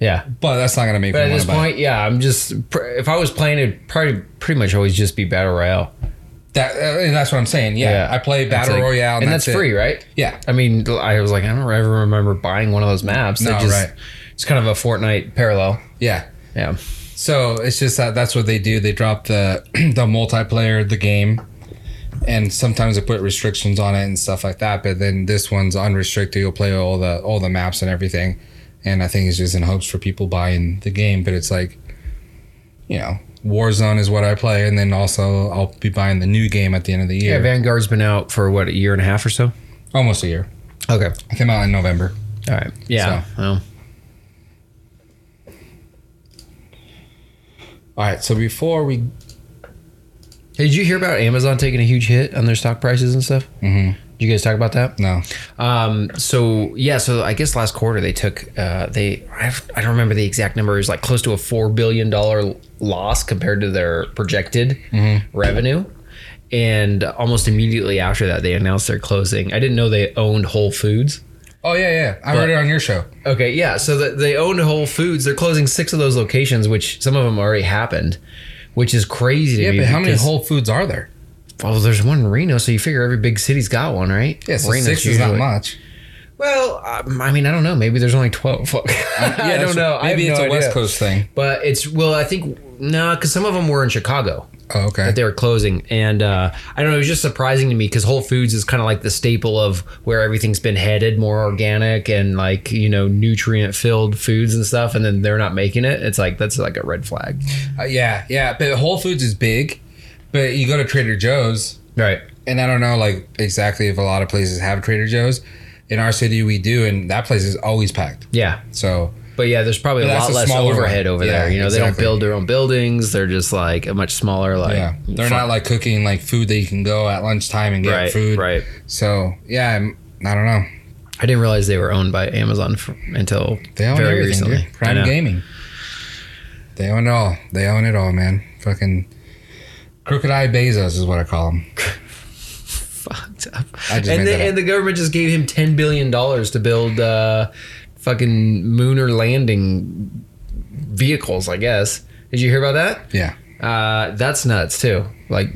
S3: yeah.
S2: But that's not gonna make
S3: But
S2: me
S3: at this
S2: wanna buy it.
S3: point, yeah, I'm just pr- if I was playing, it'd probably pretty much always just be battle royale.
S2: That uh, and that's what I'm saying. Yeah, I play
S3: That's
S2: battle
S3: like-
S2: royale,
S3: and, that's,
S2: it.
S3: free, right?
S2: Yeah,
S3: I mean, I was like, I don't ever remember buying one of those maps. They
S2: No,
S3: just,
S2: right.
S3: It's kind of a Fortnite parallel.
S2: yeah.
S3: Yeah,
S2: So it's just that that's what they do. They drop the the multiplayer, the game, and sometimes they put restrictions on it and stuff like that. But then this one's unrestricted. You'll play all the all the maps and everything. And I think it's just in hopes for people buying the game. But it's like, you know, Warzone is what I play, and then also I'll be buying the new game at the end of the
S3: yeah.
S2: year,
S3: Vanguard's been out for what a year and a half or so.
S2: almost a year.
S3: Okay,
S2: It came out in November.
S3: all right. Yeah, well,
S2: All right. So before we
S3: Hey, did you hear about Amazon taking a huge hit on their stock prices and stuff? Mm-hmm. Did you guys talk about that?
S2: no,
S3: Um, so yeah, so I guess last quarter they took uh, they I have- I don't remember the exact number. It was like close to a four billion dollar loss compared to their projected Mm-hmm. revenue. And almost immediately after that, they announced their closing. I didn't know they owned Whole Foods.
S2: oh yeah, yeah, I heard it on your show.
S3: Okay, yeah. So the, they owned Whole Foods. They're closing six of those locations, which some of them already happened, which is crazy to
S2: Yeah,
S3: me.
S2: but how many
S3: because-
S2: Whole Foods are there?
S3: Well, there's one in Reno, so you figure every big city's got one, right?
S2: Yeah, so
S3: Reno's
S2: six is not
S3: usually-
S2: much.
S3: Well, um, I mean, I don't know. Maybe there's only twelve. Fuck. I
S2: that's-
S3: don't know. I have
S2: Maybe it's
S3: no
S2: a West
S3: idea.
S2: Coast thing.
S3: But it's well, I think no, because some of them were in Chicago
S2: Oh, okay.
S3: that they were closing, and uh, I don't know. It was just surprising to me because Whole Foods is kind of like the staple of where everything's been headed, more organic and like you know nutrient filled foods and stuff, and then they're not making it. It's like that's like a red flag,
S2: Uh, yeah, yeah. But Whole Foods is big, but you go to Trader Joe's,
S3: right?
S2: and I don't know like exactly if a lot of places have Trader Joe's. In our city, we do, and that place is always packed.
S3: Yeah,
S2: So
S3: But yeah, there's probably
S2: But
S3: a
S2: that's
S3: lot
S2: a
S3: less
S2: smaller
S3: overhead
S2: one.
S3: over
S2: Yeah,
S3: there. You know, they don't
S2: exactly.
S3: build their own buildings. They're just like a much smaller, like
S2: yeah, they're not like cooking like food that you can go at lunchtime and get
S3: right,
S2: food.
S3: right.
S2: So yeah, I'm, I don't know.
S3: I didn't realize they were owned by Amazon for, until
S2: They own
S3: very
S2: everything.
S3: recently.
S2: dude.
S3: I know.
S2: Prime Gaming. They own it all. They own it all, man. Fucking crooked eye Bezos is what I call him.
S3: fucked up.
S2: I just
S3: and
S2: made
S3: the,
S2: that up.
S3: and the government just gave him ten billion dollars to build uh, fucking lunar landing vehicles. I guess. Did you hear about that?
S2: Yeah.
S3: Uh, that's nuts too. Like,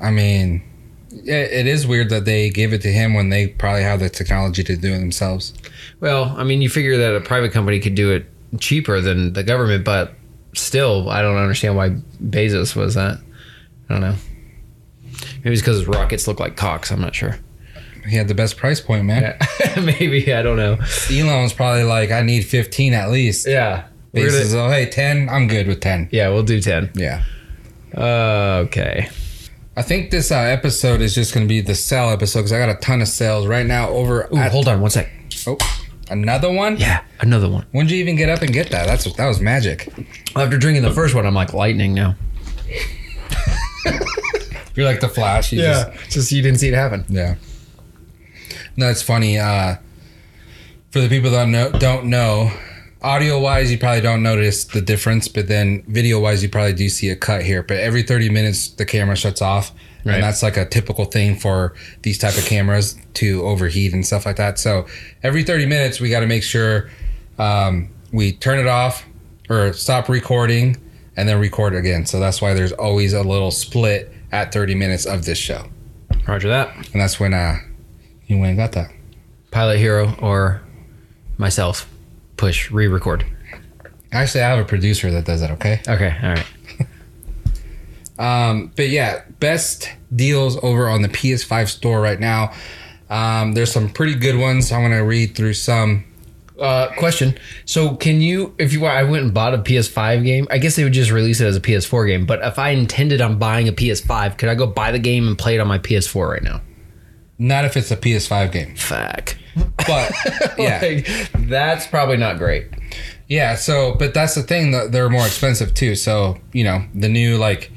S2: I mean, it, it is weird that they gave it to him when they probably have the technology to do it themselves.
S3: well, I mean, you figure that a private company could do it cheaper than the government, but still, I don't understand why Bezos was that. I don't know. Maybe it's because his rockets look like cocks. I'm not sure.
S2: He had the best price point, man.
S3: Maybe I don't know.
S2: Elon was probably like, I need 15 at least.
S3: Yeah, we're gonna-
S2: Bezos, oh, hey, 10, I'm good with 10.
S3: yeah, we'll do ten.
S2: Yeah.
S3: Uh, okay.
S2: I think this uh, episode is just going to be the sell episode because I got a ton of sales right now over.
S3: Ooh,
S2: at-
S3: hold on one sec.
S2: oh, another one?
S3: Yeah, another one.
S2: When'd you even get up and get that? That's That was magic.
S3: After drinking the first one, I'm like lightning now.
S2: You're like the Flash. You just-
S3: just you didn't see it happen.
S2: Yeah. No, it's funny. Uh, for the people that know, don't know, audio wise, you probably don't notice the difference, but then video wise, you probably do see a cut here. But every 30 minutes, the camera shuts off.
S3: Right.
S2: And that's like a typical thing for these type of cameras to overheat and stuff like that. So every 30 minutes, we got to make sure um, we turn it off or stop recording and then record again. So that's why there's always a little split at 30 minutes of this show.
S3: Roger that.
S2: And that's when uh you went and got that.
S3: Pilot Hero or myself, push re-record.
S2: Actually I have a producer that does that, okay?
S3: Okay, all right.
S2: Um but yeah, best deals over on the PS5 store right now. Um there's some pretty good ones. I'm gonna read through some.
S3: Uh, question. So, can you, if you, I went and bought a PS5 game. I guess they would just release it as a PS4 game. But if I intended on buying a PS5, could I go buy the game and play it on my PS4 right now?
S2: Not if it's a PS5 game.
S3: Fuck.
S2: But yeah.
S3: Like, that's probably not great.
S2: Yeah, so but that's the thing that they're more expensive too. So, you know, the new like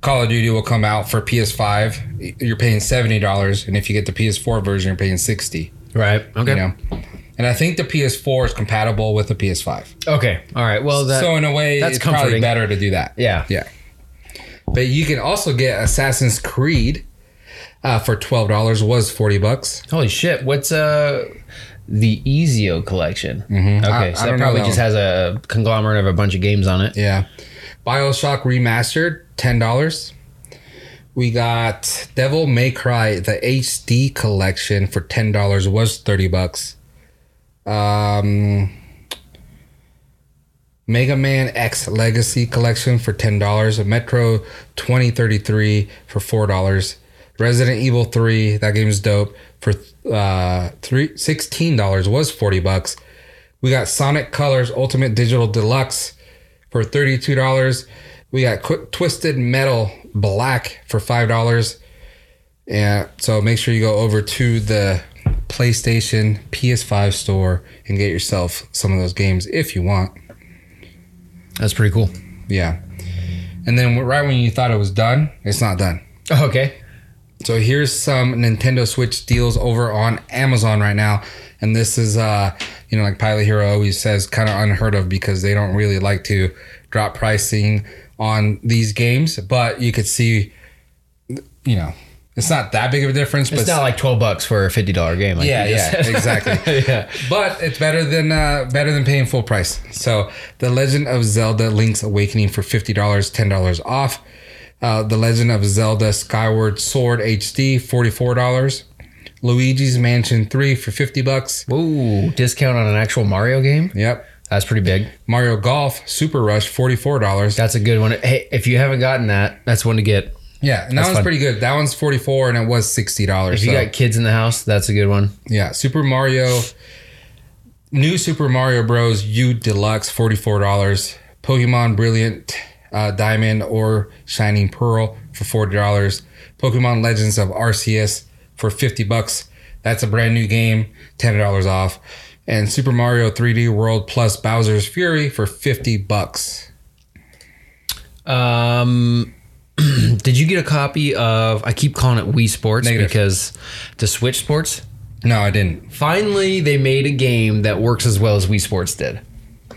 S2: Call of Duty will come out for PS5, you're paying $70 and if you get the PS4 version you're paying 60,
S3: Right. Okay.
S2: you know. And I think the PS4 is compatible with the PS5.
S3: Okay. All right. Well, Oh, that,
S2: so in a way
S3: that's
S2: it's probably
S3: comforting.
S2: better to do that.
S3: yeah.
S2: Yeah. But you can also get Assassin's Creed uh, for $12 was 40 bucks.
S3: Holy shit! What's uh the Ezio collection? Mm-hmm. Okay,
S2: I-
S3: so
S2: I
S3: that
S2: don't know
S3: probably
S2: that
S3: just
S2: one.
S3: has a conglomerate of a bunch of games on it.
S2: Yeah. BioShock remastered, $10. We got Devil May Cry the HD collection for $10 was 30 bucks. Um Mega Man X Legacy Collection for $10, Metro 2033 for $4, Resident Evil 3, that game's dope for uh 3 $16 was 40 bucks. We got Sonic Colors Ultimate Digital Deluxe for $32. We got Qu- Twisted Metal Black for $5. Yeah, so make sure you go over to the PlayStation PS5 store and get yourself some of those games if you want.
S3: That's pretty cool.
S2: Yeah. And then right when you thought it was done, it's not done.
S3: Oh, Okay.
S2: So here's some Nintendo Switch deals over on Amazon right now. And this is, uh, you know, like Pilot Hero always says, kind of unheard of because they don't really like to drop pricing on these games. But you could see, you know, it's not that big of a difference.
S3: It's
S2: but
S3: not like twelve bucks for a fifty dollar game. Like
S2: yeah,
S3: you just
S2: yeah,
S3: said.
S2: exactly.
S3: yeah.
S2: But it's better than uh, better than paying full price. So the Legend of Zelda: Link's Awakening for fifty dollars, ten dollars off. Uh, the Legend of Zelda: Skyward Sword HD forty four dollars. Luigi's Mansion Three for fifty bucks.
S3: Ooh, discount on an actual Mario game.
S2: Yep.
S3: That's pretty big.
S2: Mario Golf Super Rush forty four dollars.
S3: That's a good one. Hey, if you haven't gotten that, that's one to get.
S2: Yeah, and that
S3: That's
S2: one's
S3: fun.
S2: pretty good. That one's forty four, and it was sixty dollars.
S3: If you got kids in the house, that's a good one.
S2: Yeah, Super Mario, new Super Mario Bros. U Deluxe, forty four dollars. Pokemon Brilliant uh, Diamond or Shining Pearl for forty dollars. Pokemon Legends of Arceus for fifty bucks. That's a brand new game, ten dollars off. And Super Mario 3D World plus Bowser's Fury for fifty bucks.
S3: Um, did you get a copy of? I keep calling it Wii Sports
S2: Negative.
S3: because the Switch Sports.
S2: No, I didn't.
S3: Finally, they made a game that works as well as Wii Sports did.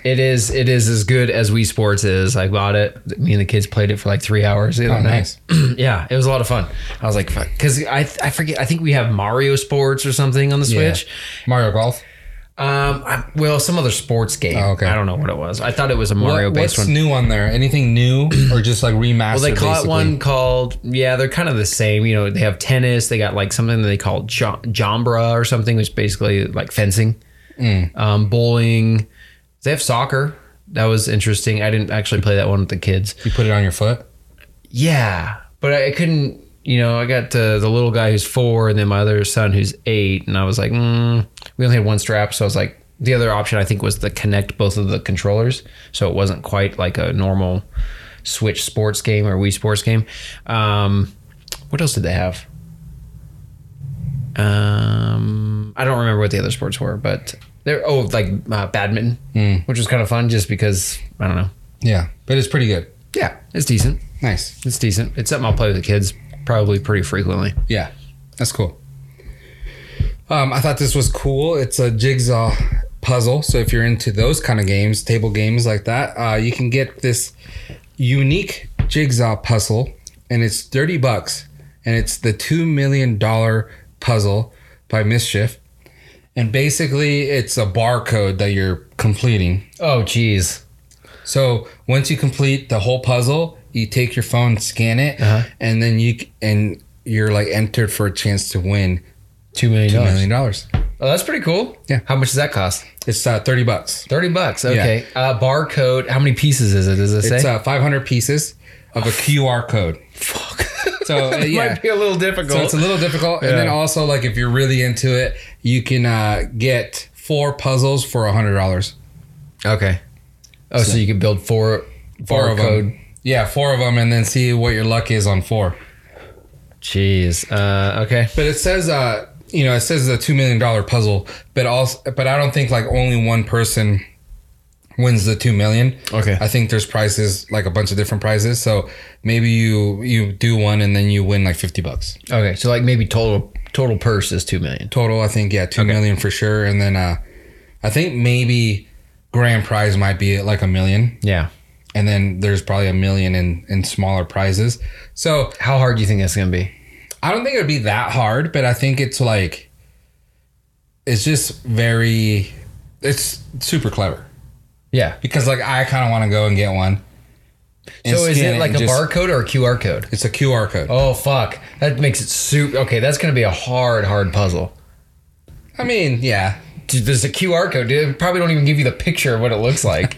S3: It is it is as good as Wii Sports is. I bought it. Me and the kids played it for like three hours. The other
S2: Oh, nice.
S3: night. yeah, it was a lot of fun. I was like, fuck, because I I forget. I think we have Mario Sports or something on the
S2: Yeah.
S3: Switch.
S2: Mario Golf.
S3: Um, I, well, some other sports game.
S2: Oh, okay.
S3: I don't know what it was. I thought it was a
S2: What-
S3: Mario
S2: what's
S3: based one.
S2: new on there? Anything new or just like remastered?
S3: Well, they call
S2: basically?
S3: it one called yeah. They're kind of the same. You know, they have tennis. They got like something that they call jo- jombra or something, which is basically like fencing,
S2: Mm.
S3: um, bowling. They have soccer. That was interesting. I didn't actually play that one with the kids.
S2: You put it on your foot.
S3: Yeah, but I, I couldn't. You know, I got uh, the little guy who's four, and then my other son who's eight, and I was like, mm, we only had one strap, so I was like, the other option I think was to connect both of the controllers, so it wasn't quite like a normal Switch sports game or Wii sports game. Um, what else did they have? Um, I don't remember what the other sports were, but they're oh like uh, badminton, which was kind of fun just because I don't know.
S2: Yeah, but it's pretty good.
S3: Yeah, it's decent.
S2: Nice.
S3: It's decent. It's something I'll play with the kids probably pretty frequently.
S2: Yeah, that's cool. Um, I thought this was cool. It's a jigsaw puzzle. So if you're into those kind of games, table games like that, uh, you can get this unique jigsaw puzzle, and it's thirty bucks, and it's the two million dollar puzzle by Mischief. And basically, it's a barcode that you're completing.
S3: Oh, geez.
S2: So once you complete the whole puzzle, you take your phone, scan it,
S3: Uh-huh.
S2: and then you c- and you're like entered for a chance to win
S3: Two million
S2: two million dollars.
S3: Oh, that's pretty cool.
S2: Yeah.
S3: How much does that cost?
S2: It's uh, thirty bucks.
S3: 30 bucks. Okay. Uh, barcode. How many pieces is it? Does it
S2: It's
S3: say?
S2: uh, five hundred pieces of a QR code.
S3: Fuck.
S2: So uh,
S3: it
S2: yeah.
S3: might be a little difficult.
S2: So it's a little difficult, and then
S3: Yeah.
S2: also like if you're really into it, you can uh, get four puzzles for a hundred dollars.
S3: okay. Oh, so, you can build four,
S2: Four
S3: four
S2: of them,
S3: barcode.
S2: yeah, four of them, and then see what your luck is on four.
S3: Jeez. Uh, okay.
S2: But it says uh, you know, it says the two million dollar puzzle, but also, but I don't think like only one person wins the two million.
S3: Okay.
S2: I think there's prizes like a bunch of different prizes. So maybe you you do one and then you win like fifty bucks
S3: Okay, so like maybe total total purse is two million.
S2: total. I think yeah, two million for sure, and then uh, I think maybe grand prize might be like a million,
S3: Yeah.
S2: and then there's probably a million in in smaller prizes. So
S3: How hard do you think that's gonna be?
S2: I don't think it would be that hard, but I think it's like it's just very it's super clever
S3: Yeah.
S2: because like I kind of want to go and get one. and
S3: So is
S2: scan
S3: it like
S2: and
S3: a
S2: just-
S3: barcode or a QR code?
S2: It's a QR code.
S3: Oh fuck, that makes it super. Okay, that's gonna be a hard hard puzzle.
S2: I mean, yeah.
S3: Dude, there's a QR code, dude. It probably don't even give you the picture of what it looks like.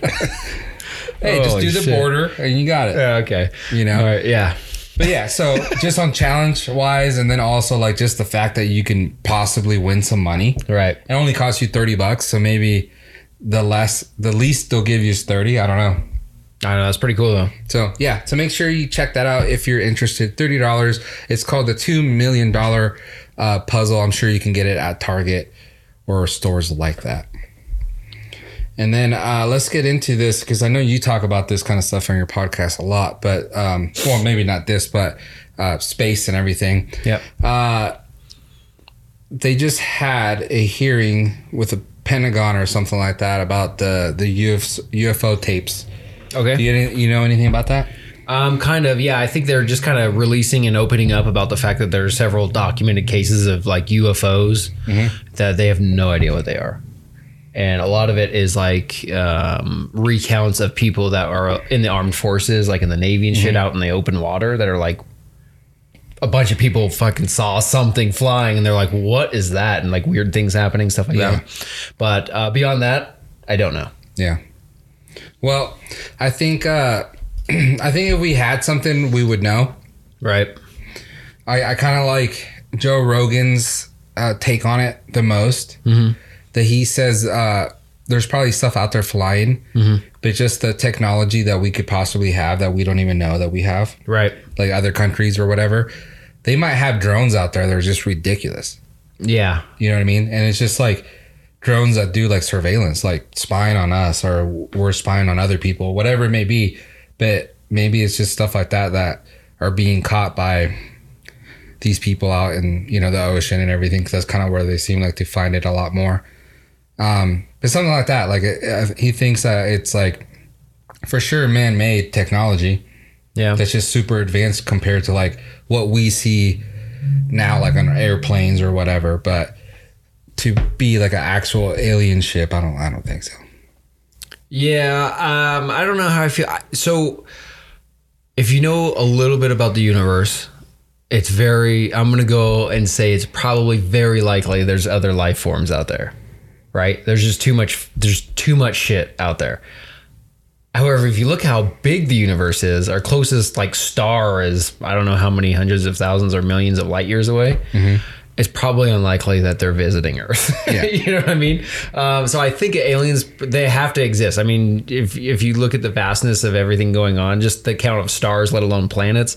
S2: Hey, just
S3: Holy
S2: do the
S3: shit.
S2: border and you got it.
S3: Yeah, okay.
S2: You know?
S3: All right, yeah.
S2: But yeah, so just on challenge wise, and then also like just the fact that you can possibly win some money.
S3: Right.
S2: It only costs you thirty bucks, so maybe the less, the least they'll give you is thirty. I don't know.
S3: I don't know. That's pretty cool though.
S2: So yeah, so make sure you check that out if you're interested. Thirty dollars. It's called the two million dollar uh, puzzle. I'm sure you can get it at Target or stores like that. And then uh, let's get into this because I know you talk about this kind of stuff on your podcast a lot, but um, well, maybe not this, but uh, space and everything.
S3: Yep.
S2: Uh, they just had a hearing with the Pentagon or something like that about the the UFO, UFO tapes.
S3: Okay.
S2: Do you, you know anything about that?
S3: Um, kind of, yeah. I think they're just kind of releasing and opening up about the fact that there are several documented cases of like UFOs that they have no idea what they are, and a lot of it is like um, recounts of people that are in the armed forces, like in the navy and shit, out in the open water that are like a bunch of people fucking saw something flying and they're like, "What is that?" and like weird things happening, stuff like
S2: Yeah.
S3: that. But uh, beyond that, I don't know.
S2: Yeah. Well, I think uh, I think if we had something, we would know.
S3: Right?
S2: I, I kind of like Joe Rogan's uh, take on it the most. Mm-hmm. That he says uh, there's probably stuff out there flying, but just the technology that we could possibly have that we don't even know that we have,
S3: Right.
S2: like other countries or whatever. They might have drones out there that are just ridiculous.
S3: Yeah.
S2: You know what I mean? And it's just like drones that do like surveillance, like spying on us or we're spying on other people, whatever it may be. But maybe it's just stuff like that that are being caught by these people out in you know the ocean and everything. 'cause that's kind of where they seem like they find it a lot more. Um, but something like that, like it, uh, he thinks that it's like for sure man-made technology
S3: Yeah.
S2: that's just super advanced compared to like what we see now like on airplanes or whatever but to be like an actual alien ship i don't i don't think so
S3: Yeah, um, I don't know how I feel. I- So, if you know a little bit about the universe, it's very. I'm gonna go and say it's probably very likely there's other life forms out there, right? There's just too much. There's too much shit out there. However, if you look how big the universe is, our closest like star is I don't know how many hundreds of thousands or millions of light years away. It's probably unlikely that they're visiting Earth.
S2: Yeah.
S3: you know what I mean? Um, so I think aliens they have to exist. I mean, if if you look at the vastness of everything going on, just the count of stars, let alone planets,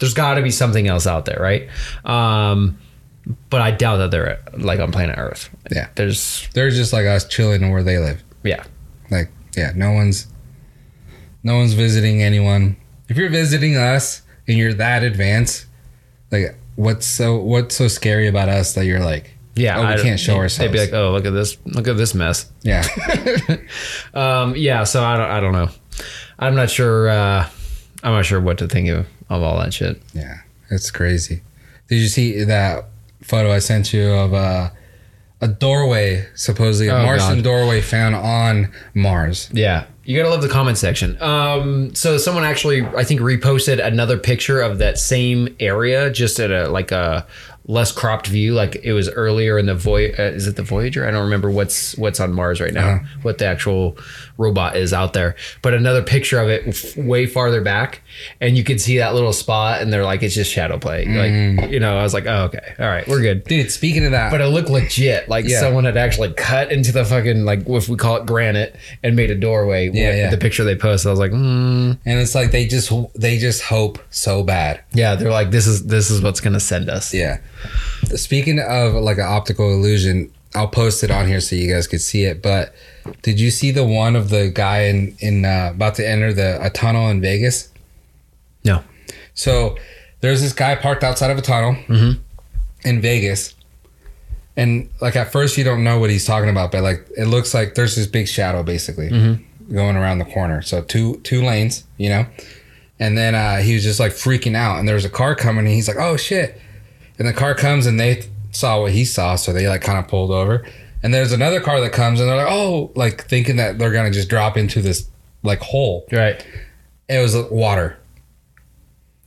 S3: there's got to be something else out there, right? Um, but I doubt that they're like on planet Earth.
S2: Yeah.
S3: there's
S2: they're just like us chilling where they live
S3: yeah,
S2: like yeah no one's no one's visiting anyone if you're visiting us and you're that advanced like what's so what's so scary about us that you're like
S3: yeah.
S2: oh, we
S3: I-
S2: can't show
S3: they'd
S2: ourselves
S3: They'd be like, oh, look at this, look at this mess.
S2: yeah
S3: Um, yeah, so I don't, I don't know. I'm not sure. Uh, I'm not sure what to think of, of all that shit.
S2: Yeah, it's crazy. Did you see that photo I sent you of uh, a doorway, supposedly a
S3: Oh,
S2: Martian
S3: God.
S2: doorway found on Mars?
S3: Yeah, you gotta love the comment section. Um, so someone actually, I think, reposted another picture of that same area, just at a like a less cropped view, like it was earlier in the voy. Uh, is it the Voyager? I don't remember what's what's on Mars right now. What the actual robot is out there, but another picture of it f- way farther back, and you could see that little spot, and they're like, it's just shadow play. Like you know, I was like, oh okay, all right, we're good.
S2: Dude, speaking of that,
S3: But uh, it looked legit. Like
S2: Yeah.
S3: someone had actually cut into the fucking like if we call it granite and made a doorway. with
S2: yeah.
S3: The picture they posted, I was like, mm.
S2: and it's like they just they just hope so bad.
S3: yeah. They're like, this is this is what's gonna send us.
S2: Yeah, Speaking of like an optical illusion, I'll post it on here so you guys could see it. But did you see the one of the guy in in uh, about to enter the a tunnel in Vegas?
S3: No.
S2: So there's this guy parked outside of a tunnel
S3: Mhm.
S2: in Vegas. And like at first you don't know what he's talking about, but like it looks like there's this big shadow basically going around the corner. So two two lanes, you know. And then uh, he was just like freaking out, and there was a car coming, and he's like, "Oh shit!" And the car comes, and they saw what he saw, so they like kind of pulled over. And there's another car that comes, and they're like, "Oh!" Like thinking that they're gonna just drop into this like hole.
S3: Right.
S2: It was like, water.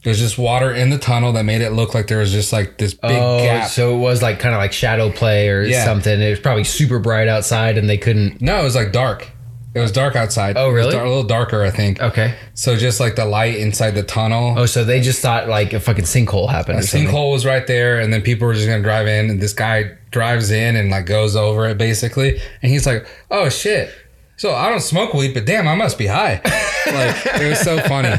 S2: There's just water in the tunnel that made it look like there was just like this big
S3: oh,
S2: gap.
S3: so it was like kind of like shadow play or
S2: Yeah.
S3: something. It was probably super bright outside, and they couldn't.
S2: no, it was like dark. It was dark outside.
S3: Oh,
S2: It was
S3: really? Oh.
S2: dar- a little darker, I think.
S3: Okay.
S2: So just like the light inside the tunnel.
S3: Oh, so they just thought like a fucking sinkhole happened.
S2: A
S3: or something.
S2: sinkhole was right there, and then people were just gonna drive in, and this guy drives in and like goes over it basically, and he's like, "Oh shit!" So I don't smoke weed, but damn, I must be high. like it was so funny.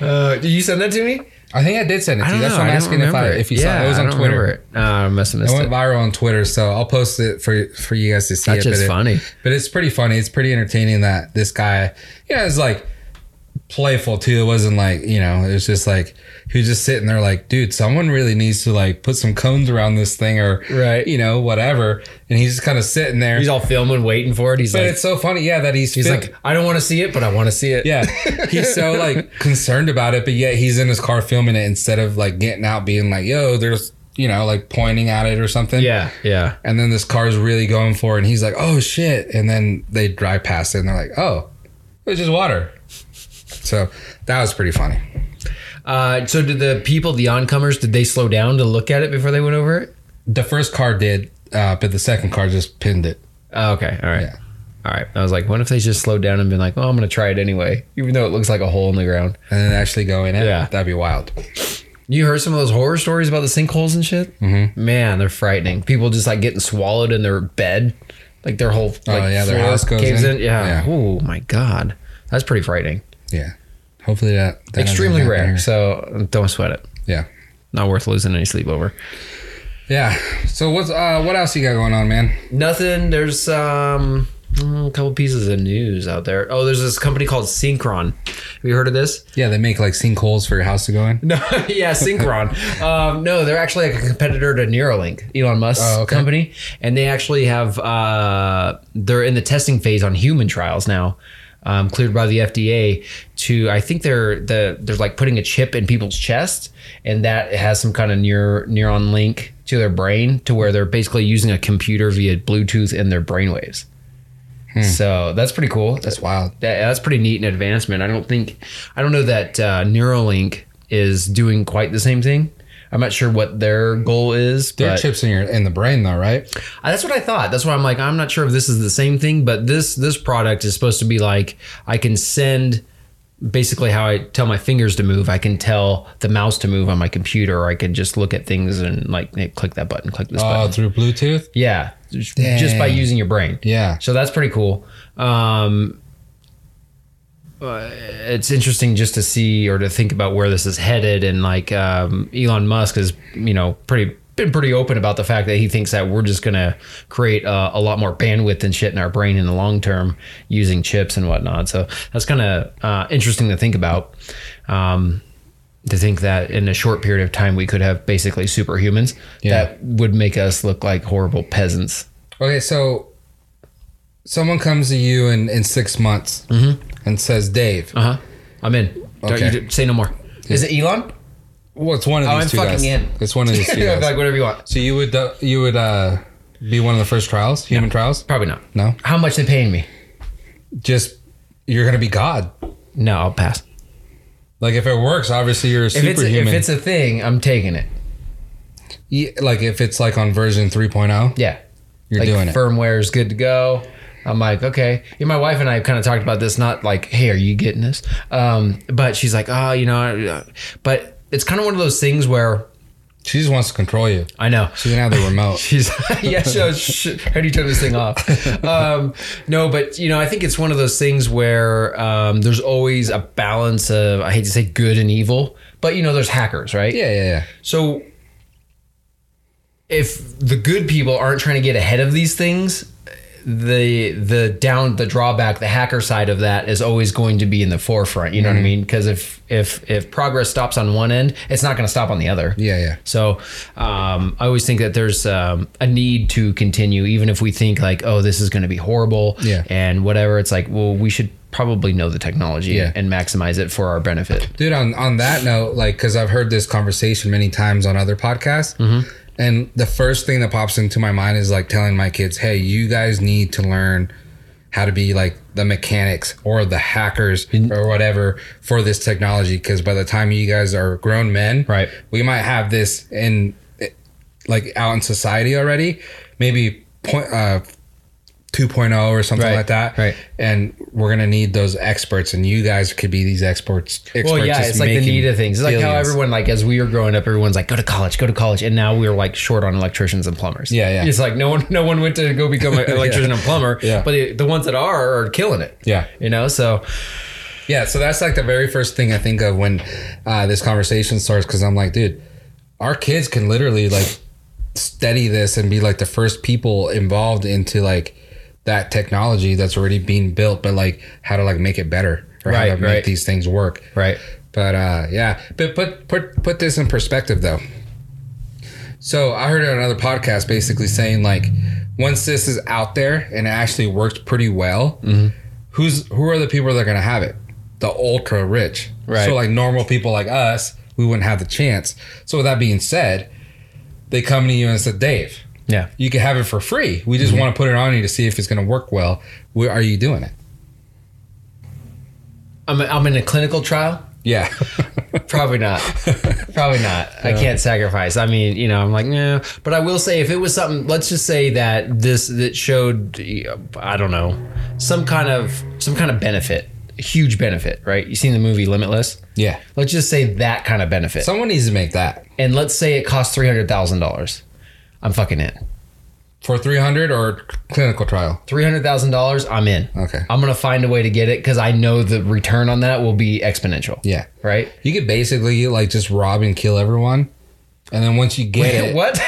S3: Uh, did you send that to me?
S2: I think I did send it to you. That's why I'm asking if I if you saw it. It was on Twitter. It.
S3: Uh, I must have missed
S2: went
S3: it.
S2: viral on Twitter, so I'll post it for for you guys to see.
S3: That's
S2: it,
S3: just
S2: but it-
S3: funny.
S2: but it's pretty funny. It's pretty entertaining that this guy, you know, it's like playful too. It wasn't like, you know, it was just like he was just sitting there like, dude, someone really needs to like put some cones around this thing or
S3: Right.
S2: you know, whatever. And he's just kind of sitting there.
S3: He's all filming, waiting for it. He's
S2: but
S3: like,
S2: it's so funny, yeah, that he's
S3: he's
S2: fit-
S3: like, I don't want to see it, but I want to see it.
S2: yeah, he's so like concerned about it, but yet he's in his car filming it instead of like getting out, being like, "Yo, there's," you know, like pointing at it or something.
S3: yeah, yeah.
S2: And then this car's really going for it, and he's like, oh shit. And then they drive past it and they're like, oh, it was just water. So that was pretty funny.
S3: Uh, so did the people, the oncomers, did they slow down to look at it before they went over it?
S2: The first car did, uh, but the second car just pinned it.
S3: Oh, okay, all right,
S2: Yeah.
S3: all right. I was like, what if they just slowed down and been like, well, I'm gonna try it anyway, even though it looks like a hole in the ground.
S2: And then actually go in it.
S3: Yeah.
S2: That'd be wild.
S3: You heard some of those horror stories about the sinkholes and shit? Mm-hmm. Man, they're frightening. People just like getting swallowed in their bed, like their whole like,
S2: Oh, yeah, their
S3: floor
S2: house goes
S3: caves
S2: in.
S3: in. Yeah.
S2: Yeah.
S3: Oh my god, that's pretty frightening.
S2: Yeah. Hopefully that. that doesn't
S3: Extremely
S2: happen
S3: rare.
S2: here.
S3: So don't sweat it.
S2: Yeah.
S3: Not worth losing any sleep over.
S2: Yeah. So what's uh, what else you got going on, man?
S3: Nothing. There's um mm, a couple pieces of news out there. Oh, there's this company called Synchron. Have you heard of this?
S2: Yeah, they make like sinkholes for your house to go in.
S3: No, yeah, Synchron. um, no, they're actually like a competitor to Neuralink, Elon Musk's
S2: Oh, okay.
S3: company, and they actually have uh, they're in the testing phase on human trials now, um, cleared by the FDA to I think they're the they're like putting a chip in people's chest, and that has some kind of neuro, neuron link to their brain to where they're basically using a computer via Bluetooth in their brainwaves.
S2: Hmm.
S3: So that's pretty cool.
S2: That's wild.
S3: That, that's pretty neat an advancement. I don't think, I don't know that uh, Neuralink is doing quite the same thing. I'm not sure what their goal is,
S2: There are
S3: but
S2: chips in your in the brain though, right?
S3: Uh, that's what I thought. That's why I'm like, I'm not sure if this is the same thing, but this this product is supposed to be like, I can send basically how I tell my fingers to move. I can tell the mouse to move on my computer, or I can just look at things and like hey, click that button, click this
S2: Oh,
S3: button.
S2: through Bluetooth.
S3: Yeah, just just by
S2: Dang.
S3: using your brain.
S2: Yeah.
S3: So that's pretty cool. Um, uh, it's interesting just to see or to think about where this is headed, and like um, Elon Musk is, you know, pretty been pretty open about the fact that he thinks that we're just gonna create uh, a lot more bandwidth and shit in our brain in the long term using chips and whatnot. So that's kind of uh, interesting to think about. Um, to think that in a short period of time we could have basically superhumans
S2: Yeah.
S3: that would make us look like horrible peasants.
S2: Okay, so someone comes to you in, in six months
S3: Mm-hmm.
S2: and says, Dave,
S3: Uh huh. I'm in. Don't
S2: Okay.
S3: you do- say no more. Is it Elon?
S2: well, it's one of
S3: Oh,
S2: these
S3: I'm
S2: two
S3: fucking
S2: guys.
S3: in.
S2: It's one of these two guys.
S3: like whatever you want.
S2: so you would uh, you would uh, be one of the first trials, human trials?
S3: Probably not.
S2: No,
S3: How much they paying me?
S2: just you're gonna be God.
S3: No, I'll pass.
S2: Like if it works, obviously you're a
S3: If it's
S2: superhuman.
S3: if it's a thing, I'm taking it.
S2: Yeah, like if it's like on version 3.0,
S3: Yeah,
S2: you're
S3: like
S2: doing it.
S3: firmware is good to go. I'm like, okay. You know, my wife and I kind of talked about this. Not like, hey, are you getting this? Um, but she's like, oh, you know, I- but it's kind of one of those things where
S2: She just wants to control you.
S3: I know.
S2: She's gonna have the remote.
S3: She's yeah. So sh- how do you turn this thing off? Um, no, but you know, I think it's one of those things where um, there's always a balance of I hate to say good and evil, but you know, there's hackers, right?
S2: yeah, yeah, yeah.
S3: So if the good people aren't trying to get ahead of these things, the the down the drawback, the hacker side of that is always going to be in the forefront. You know what I mean? Because if if if progress stops on one end, it's not going to stop on the other.
S2: Yeah, yeah.
S3: So um, I always think that there's um, a need to continue, even if we think like, oh, this is going to be horrible,
S2: Yeah.
S3: and whatever. It's like, well, we should probably know the technology
S2: Yeah.
S3: and maximize it for our benefit.
S2: dude on on that note like because i've heard this conversation many times on other podcasts and the first thing that pops into my mind is like telling my kids hey you guys need to learn how to be like the mechanics or the hackers or whatever for this technology because by the time you guys are grown men
S3: Right.
S2: we might have this in like out in society already maybe point uh 2.0 or something
S3: Right,
S2: like that
S3: right.
S2: and we're gonna need those experts and you guys could be these experts
S3: Well,
S2: experts
S3: yeah,
S2: just
S3: it's like the
S2: making
S3: need of things. It's like how
S2: billions.
S3: everyone, like as we were growing up, everyone's like, go to college, go to college, and now we're like short on electricians and plumbers.
S2: Yeah, yeah.
S3: It's like no one, no one went to go become an electrician and plumber.
S2: Yeah.
S3: but the, the ones that are are killing it.
S2: Yeah.
S3: you know. So
S2: Yeah, so that's like the very first thing I think of when uh, this conversation starts because I'm like, dude, our kids can literally like study this and be like the first people involved into like that technology that's already being built, but like how to like make it better or how to
S3: Right,
S2: make
S3: right.
S2: these things work.
S3: right,
S2: But uh, yeah, but put put put this in perspective though. So I heard on another podcast basically saying like, once this is out there and it actually works pretty well, who's who are the people that are gonna have it? The ultra rich,
S3: Right.
S2: So like normal people like us, we wouldn't have the chance. So with that being said, they come to you and said, Dave,
S3: yeah,
S2: you can have it for free. We just want to put it on you to see if it's gonna work well. Where are you doing it?
S3: I'm I'm in a clinical trial.
S2: Yeah,
S3: Probably not. Probably not. I can't sacrifice. I mean, you know, I'm like, no. But I will say, if it was something, let's just say that this that showed, uh, I don't know, some kind of some kind of benefit, a huge benefit, right? You seen the movie Limitless?
S2: yeah.
S3: Let's just say that kind of benefit,
S2: Someone needs to make that
S3: and let's say it costs three hundred thousand dollars. I'm fucking in.
S2: for three hundred or clinical trial.
S3: Three hundred thousand dollars. I'm in.
S2: Okay.
S3: I'm gonna find a way to get it because I know the return on that will be exponential.
S2: Yeah.
S3: Right.
S2: You could basically like just rob and kill everyone. And then once you get it,
S3: what?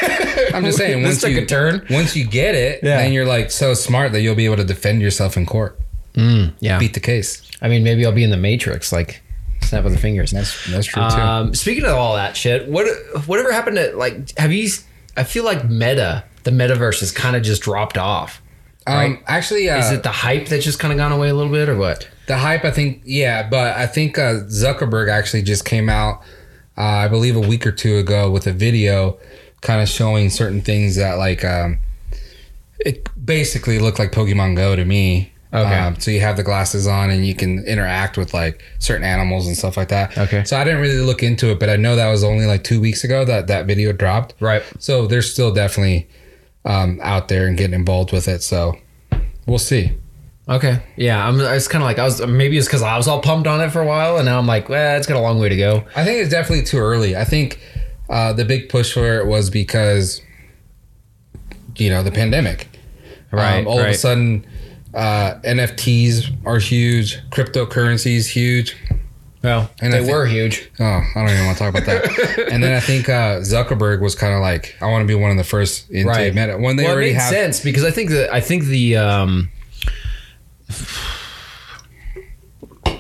S2: I'm just saying,
S3: this
S2: once
S3: took
S2: you
S3: a turn.
S2: Once you get it,
S3: Yeah.
S2: then you're like so smart that you'll be able to defend yourself in court,
S3: Yeah.
S2: beat the case.
S3: I mean, maybe I'll be in the Matrix, like snap of the fingers.
S2: That's that's true too.
S3: Um, speaking of all that shit, what whatever happened to like? Have you? I feel like Meta, the metaverse, has kind of just dropped off.
S2: Um,
S3: right.
S2: Actually, uh,
S3: Is it the hype that's just kind of gone away a little bit, or what?
S2: the hype? I think yeah, but I think uh, Zuckerberg actually just came out, uh, I believe, a week or two ago with a video, kind of showing certain things that like um, it basically looked like Pokemon Go to me.
S3: Okay.
S2: Um, so you have the glasses on and you can interact with like certain animals and stuff like that.
S3: Okay.
S2: So I didn't really look into it, but I know that was only like two weeks ago that that video dropped.
S3: Right.
S2: So they're still definitely um, out there and getting involved with it. So we'll see.
S3: Okay. Yeah, I'm. It's kind of like I was. Maybe it's because I was all pumped on it for a while, and now I'm like, well, it's got a long way to go.
S2: I think it's definitely too early. I think uh, the big push for it was because, you know, the pandemic. Um,
S3: Right,
S2: all of a
S3: right.
S2: sudden, uh, NFTs are huge. Cryptocurrency is huge.
S3: Well,
S2: And
S3: they
S2: I think-
S3: were huge.
S2: Oh, I don't even want to talk about that. and then I think uh, Zuckerberg was kind of like, I want to be one of the first into
S3: Right.
S2: Meta when they
S3: well, it
S2: already
S3: made
S2: have.
S3: sense because I think that I think the um, the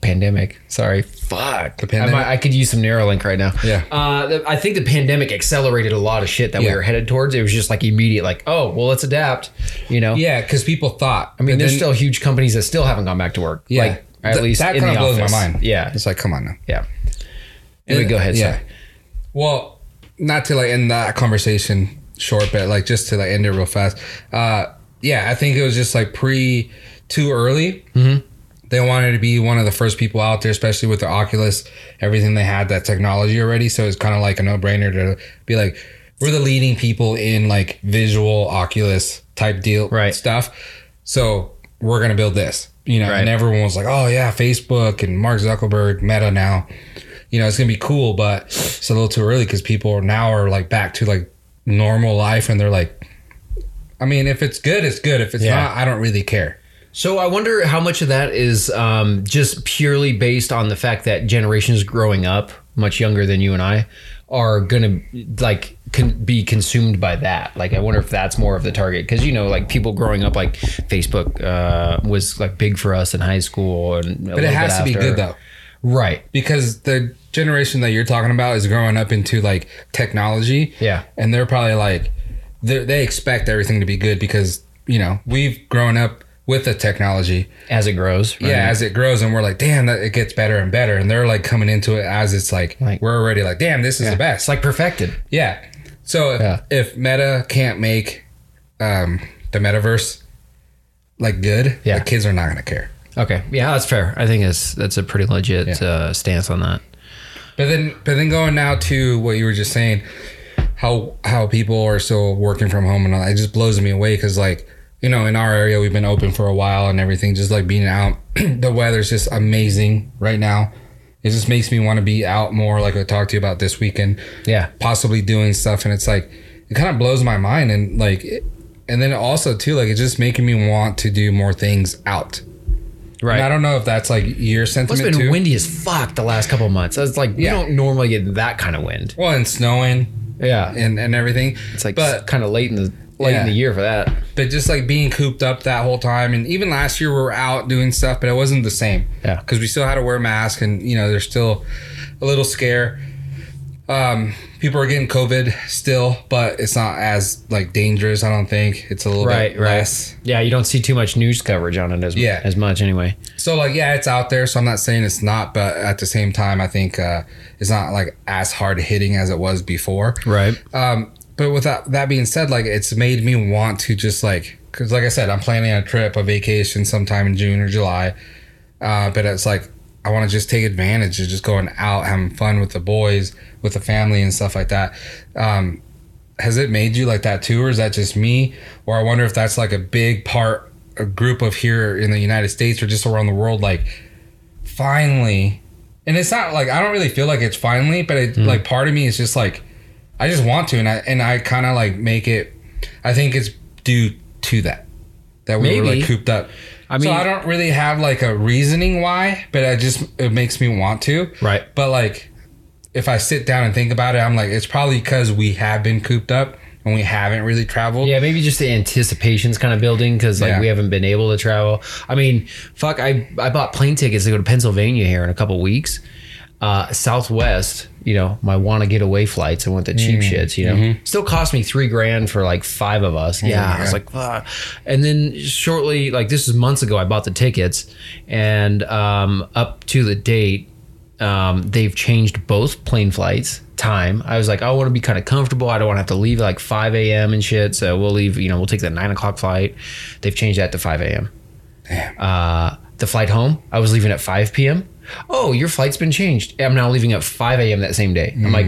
S3: pandemic. Sorry, fuck the
S2: pandemic?
S3: I, might- I could use some Neuralink right now.
S2: Yeah.
S3: uh, the, I think the pandemic accelerated a lot of shit that
S2: Yeah.
S3: we were headed towards. It was just like immediate, like oh well, let's adapt. You know,
S2: Yeah, because people thought.
S3: I mean, there's
S2: then-
S3: still huge companies that still haven't gone back to work.
S2: Yeah.
S3: like at
S2: Th-
S3: least
S2: that
S3: in
S2: kind
S3: the
S2: of blows
S3: office.
S2: my mind.
S3: Yeah,
S2: It's like, come on now.
S3: yeah. Anyway, go ahead. Sorry.
S2: Well, not to like end that conversation short, but like just to like end it real fast. Uh, yeah, I think it was just like pre too early.
S3: Mm-hmm.
S2: They wanted to be one of the first people out there, especially with the Oculus, everything they had that technology already. So it's kind of like a no brainer to be like, we're the leading people in like visual Oculus type deal
S3: Right.
S2: stuff. So we're gonna build this, you know. And
S3: Right.
S2: everyone was like, oh yeah, Facebook and Mark Zuckerberg, Meta now you know, it's gonna be cool, but it's a little too early because people are now are like back to like normal life, and they're like, I mean, if it's good, it's good. If it's
S3: Yeah.
S2: not, I don't really care.
S3: So I wonder how much of that is um, just purely based on the fact that generations growing up much younger than you and I are gonna like can be consumed by that. Like I wonder if that's more of the target because you know like people growing up like Facebook uh, was like big for us in high school and
S2: But it has to be good though.
S3: right?
S2: because the generation that you're talking about is growing up into like technology.
S3: Yeah.
S2: And they're probably like, they they expect everything to be good because, you know, we've grown up with the technology.
S3: As it grows, right?
S2: Yeah. As it grows and we're like, damn, that, it gets better and better. And they're like coming into it as it's like,
S3: Like-
S2: we're already like, damn, this is the
S3: it's
S2: best.
S3: like perfected.
S2: yeah. So if,
S3: Yeah.
S2: if Meta can't make um, the metaverse like good,
S3: Yeah.
S2: the kids are not going to care.
S3: Okay, yeah, that's fair. I think that's that's a pretty legit uh, stance on that.
S2: But then, but then going now to what you were just saying, how how people are still working from home and all, it just blows me away because like you know in our area we've been open for a while and everything just like being out. the weather's just amazing right now. It just makes me want to be out more, like I talked to you about this weekend,
S3: Yeah,
S2: possibly doing stuff. And it's like it kind of blows my mind and like, it, and then also too like it's just making me want to do more things out.
S3: right.
S2: And I don't know if that's like your sentiment
S3: It's been
S2: too.
S3: windy as fuck the last couple of months. I was like, we
S2: Yeah.
S3: don't normally get that kind of wind.
S2: well, and snowing
S3: Yeah,
S2: and and everything.
S3: it's like
S2: but
S3: kind of late in the late
S2: Yeah.
S3: in the year for that.
S2: but just like being cooped up that whole time and even last year we were out doing stuff but it wasn't the same
S3: Yeah.
S2: because we still had to wear masks and you know there's still a little scare um people are getting covid still but it's not as like dangerous i don't think it's a little
S3: Right,
S2: bit
S3: right.
S2: less
S3: Yeah, you don't see too much news coverage on it as
S2: Yeah.
S3: as much anyway.
S2: so like yeah it's out there so i'm not saying it's not but at the same time i think uh it's not like as hard hitting as it was before
S3: Right.
S2: Um, but with that, that being said, like it's made me want to just like, cause like I said, I'm planning a trip, a vacation sometime in June or July. Uh, but it's like, I want to just take advantage of just going out, having fun with the boys, with the family and stuff like that. Um, has it made you like that too? Or is that just me? Or I wonder if that's like a big part, a group of here in the United States or just around the world, like finally, and it's not like, I don't really feel like it's finally, but it like part of me is just like, I just want to, and I and I kind of like make it. I think it's due to that that we were
S3: Maybe.
S2: like cooped up.
S3: I
S2: I mean,
S3: mean-
S2: so I don't really have like a reasoning why, but I just it makes me want to.
S3: Right.
S2: But like, if I sit down and think about it, I'm like, it's probably because we have been cooped up and we haven't really traveled.
S3: Yeah, maybe just the anticipation's kind of building because like
S2: Yeah.
S3: we haven't been able to travel. I mean, fuck, I I bought plane tickets to go to Pennsylvania here in a couple weeks. Uh, Southwest, you know, my wanna get away flights. I want the cheap shits, you know. Still cost me three grand for like five of us. Yeah, I was like, fuck. And then shortly, like this is months ago, I bought the tickets, and um, up to the date, um, they've changed both plane flights time. I was like, I want to be kind of comfortable. I don't want to have to leave at like 5 a.m. and shit. So we'll leave, you know, we'll take the nine o'clock flight. They've changed that to 5 a.m. Uh, the flight home, I was leaving at 5 p.m. Oh, your flight's been changed. I'm now leaving at 5 a.m. that same day. I'm like,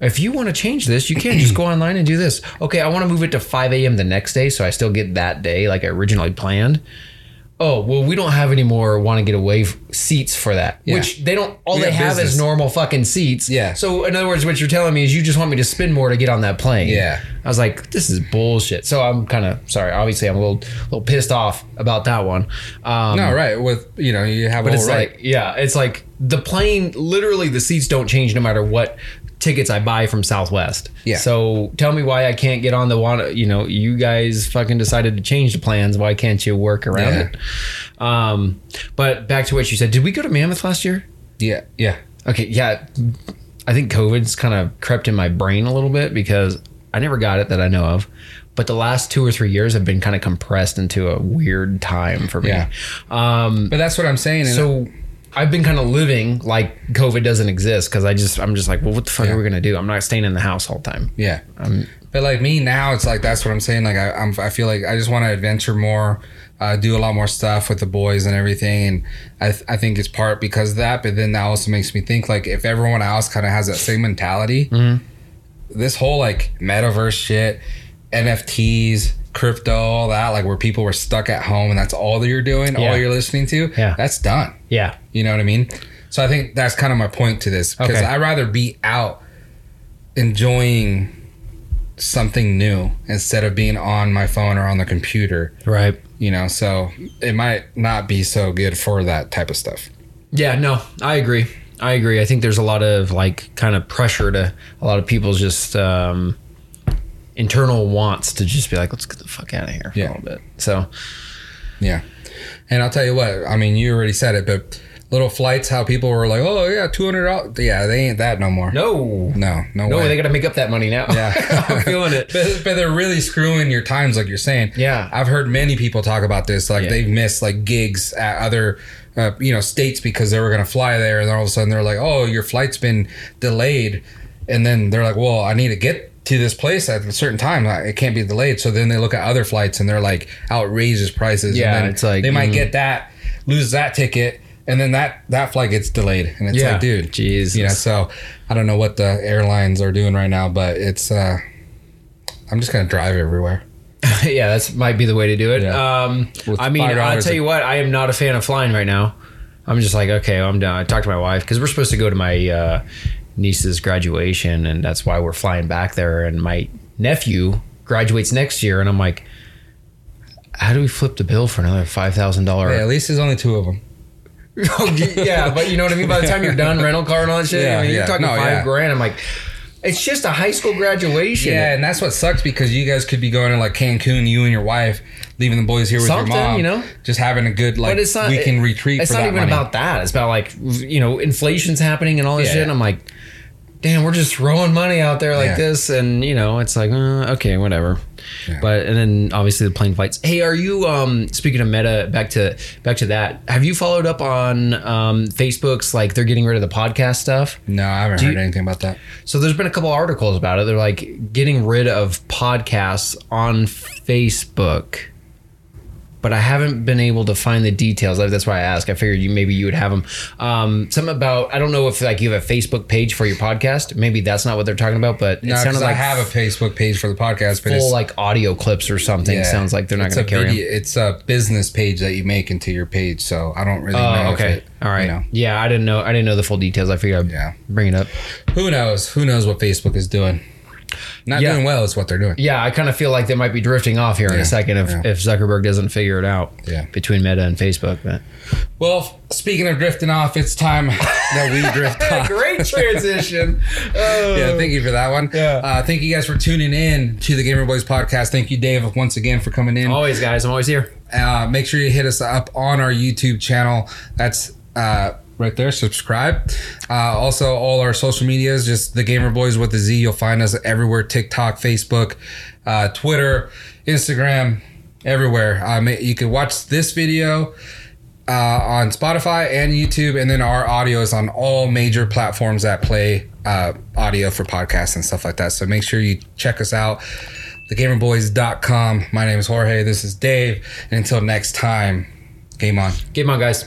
S3: if you want to change this, you can't just go online and do this. Okay, I want to move it to 5 a.m. the next day so I still get that day like I originally planned. Oh, well, we don't have any more want to get away f- seats for that, which they don't, all
S2: We
S3: they
S2: have
S3: have is
S2: business.
S3: normal fucking seats.
S2: Yeah.
S3: So, in other words, what you're telling me is you just want me to spend more to get on that plane.
S2: Yeah.
S3: I was like, this is bullshit. So, I'm kind of sorry. Obviously, I'm a little, little pissed off about that one. Um,
S2: No, right. With you know, you have
S3: but
S2: all
S3: it's
S2: right.
S3: like, yeah, it's like the plane. Literally, the seats don't change no matter what tickets I buy from Southwest.
S2: Yeah.
S3: So tell me why I can't get on the one. You know, you guys fucking decided to change the plans. Why can't you work around
S2: Yeah.
S3: it? Um, but back to what you said. Did we go to Mammoth last year?
S2: yeah, yeah.
S3: Okay, yeah. I think COVID's kind of crept in my brain a little bit because I never got it that I know of. But the last two or three years have been kind of compressed into a weird time for me.
S2: Yeah.
S3: Um,
S2: But that's what I'm saying. And
S3: so I've been kind of living like COVID doesn't exist because I just I'm just like, well, what the fuck
S2: Yeah.
S3: are we gonna do? I'm not staying in the house all the time.
S2: Yeah.
S3: Um,
S2: but like me now, it's like that's what I'm saying. Like I, I'm, I feel like I just want to adventure more, uh, do a lot more stuff with the boys and everything. And I, th- I think it's part because of that. But then that also makes me think like if everyone else kind of has that same mentality,
S3: Mm-hmm.
S2: this whole like metaverse shit, NFTs, crypto, all that, like where people were stuck at home and that's all that you're doing,
S3: Yeah.
S2: all you're listening to,
S3: Yeah.
S2: that's done.
S3: Yeah,
S2: You know what I mean? So I think that's kind of my point to this because
S3: Okay.
S2: I'd rather be out enjoying something new instead of being on my phone or on the computer,
S3: right.
S2: you know? So it might not be so good for that type of stuff.
S3: Yeah, no, I agree. I agree. I think there's a lot of like kind of pressure to a lot of people's just um, internal wants to just be like, let's get the fuck out of here for
S2: Yeah.
S3: a little bit. So
S2: Yeah. And I'll tell you what, I mean, you already said it, but little flights, how people were like, oh, yeah, $200. Yeah, they ain't that no more.
S3: no,
S2: No, no,
S3: no,
S2: way.
S3: they got to make up that money now.
S2: Yeah.
S3: I'm feeling it.
S2: but, but they're really screwing your times, like you're saying.
S3: Yeah.
S2: I've heard many people talk about this. Like
S3: Yeah.
S2: they've missed like gigs at other, uh, you know, states because they were going to fly there, and then all of a sudden they're like, "Oh, your flight's been delayed," and then they're like, "Well, I need to get." To this place at a certain time, I- it can't be delayed. So then they look at other flights and they're like outrageous prices. and
S3: Yeah,
S2: then
S3: it's like,
S2: they might
S3: mm.
S2: get that, lose that ticket, and then that that flight gets delayed. And it's
S3: Yeah.
S2: like, dude,
S3: Jesus.
S2: you know, so I don't know what the airlines are doing right now, but it's uh I'm just gonna drive everywhere.
S3: yeah, that's might be the way to do it.
S2: Yeah.
S3: Um,
S2: With
S3: I mean,
S2: $5
S3: I'll tell
S2: a-
S3: you what, I am not a fan of flying right now. I'm just like, okay, I'm done. I talked to my wife because we're supposed to go to my uh, niece's graduation, and that's why we're flying back there. And my nephew graduates next year, and I'm like, how do we flip the bill for another five thousand
S2: Hey, at
S3: dollar?
S2: least there's only two of them.
S3: Yeah, but you know what I mean. By the time you're done, rental car and all that shit,
S2: Yeah,
S3: I mean,
S2: yeah.
S3: you're talking
S2: No,
S3: five
S2: yeah.
S3: grand. I'm like, it's just a high school graduation.
S2: Yeah, and that's what sucks because you guys could be going to like Cancun, you and your wife, leaving the boys here with
S3: Something,
S2: your mom.
S3: you know?
S2: just having a good like
S3: but it's not
S2: weekend retreat.
S3: It's
S2: for
S3: not
S2: that
S3: even
S2: money.
S3: about that. It's about like you know inflation's happening and all this
S2: Yeah,
S3: shit.
S2: yeah.
S3: And I'm like, damn, we're just throwing money out there like
S2: Yeah.
S3: this, and you know it's like uh, okay, whatever.
S2: Yeah.
S3: But and then obviously the plane flights. Hey, are you um speaking of meta? Back to back to that. Have you followed up on um Facebook's like they're getting rid of the podcast stuff?
S2: No, I haven't heard
S3: you-
S2: anything about that.
S3: So there's been a couple articles about it. They're like getting rid of podcasts on Facebook. But I haven't been able to find the details. That's why I asked. I figured you maybe you would have them. Um, something about I don't know if like you have a Facebook page for your podcast. Maybe that's not what they're talking about. But it
S2: No,
S3: sounded
S2: because
S3: like
S2: I have a Facebook page for the podcast, but
S3: full
S2: it's
S3: like audio clips or something.
S2: yeah,
S3: sounds like they're not
S2: it's
S3: going
S2: a
S3: to carry 'em.
S2: video- It's a business page that you make into your page, so I don't really know. if
S3: Oh, okay.
S2: it-
S3: All right.
S2: you know.
S3: Yeah, I didn't know. I didn't know the full details. I figured I'd
S2: Yeah.
S3: bring it up.
S2: Who knows? Who knows what Facebook is doing? Not
S3: Yeah.
S2: doing well is what they're doing.
S3: Yeah, I kind of feel like they might be drifting off here in
S2: Yeah,
S3: a second if,
S2: yeah.
S3: if Zuckerberg doesn't figure it out
S2: Yeah.
S3: between Meta and Facebook. But
S2: Well, speaking of drifting off, it's time that we drift off.
S3: great transition.
S2: Yeah, thank you for that one.
S3: Yeah.
S2: Uh, thank you guys for tuning in to the Gamer Boys podcast. Thank you, Dave, once again for coming in.
S3: Always, guys. I'm always here.
S2: Uh, make sure you hit us up on our YouTube channel. That's uh, right there. Subscribe. Uh, also, all our social medias, just the Gamer Boys with the Z. You'll find us everywhere: TikTok, Facebook, uh, Twitter, Instagram, everywhere. Um, you can watch this video uh, on Spotify and YouTube, and then our audio is on all major platforms that play uh, audio for podcasts and stuff like that. So make sure you check us out, thegamerboys.com. My name is Jorge. This is Dave. And until next time, game on.
S3: Game on, guys.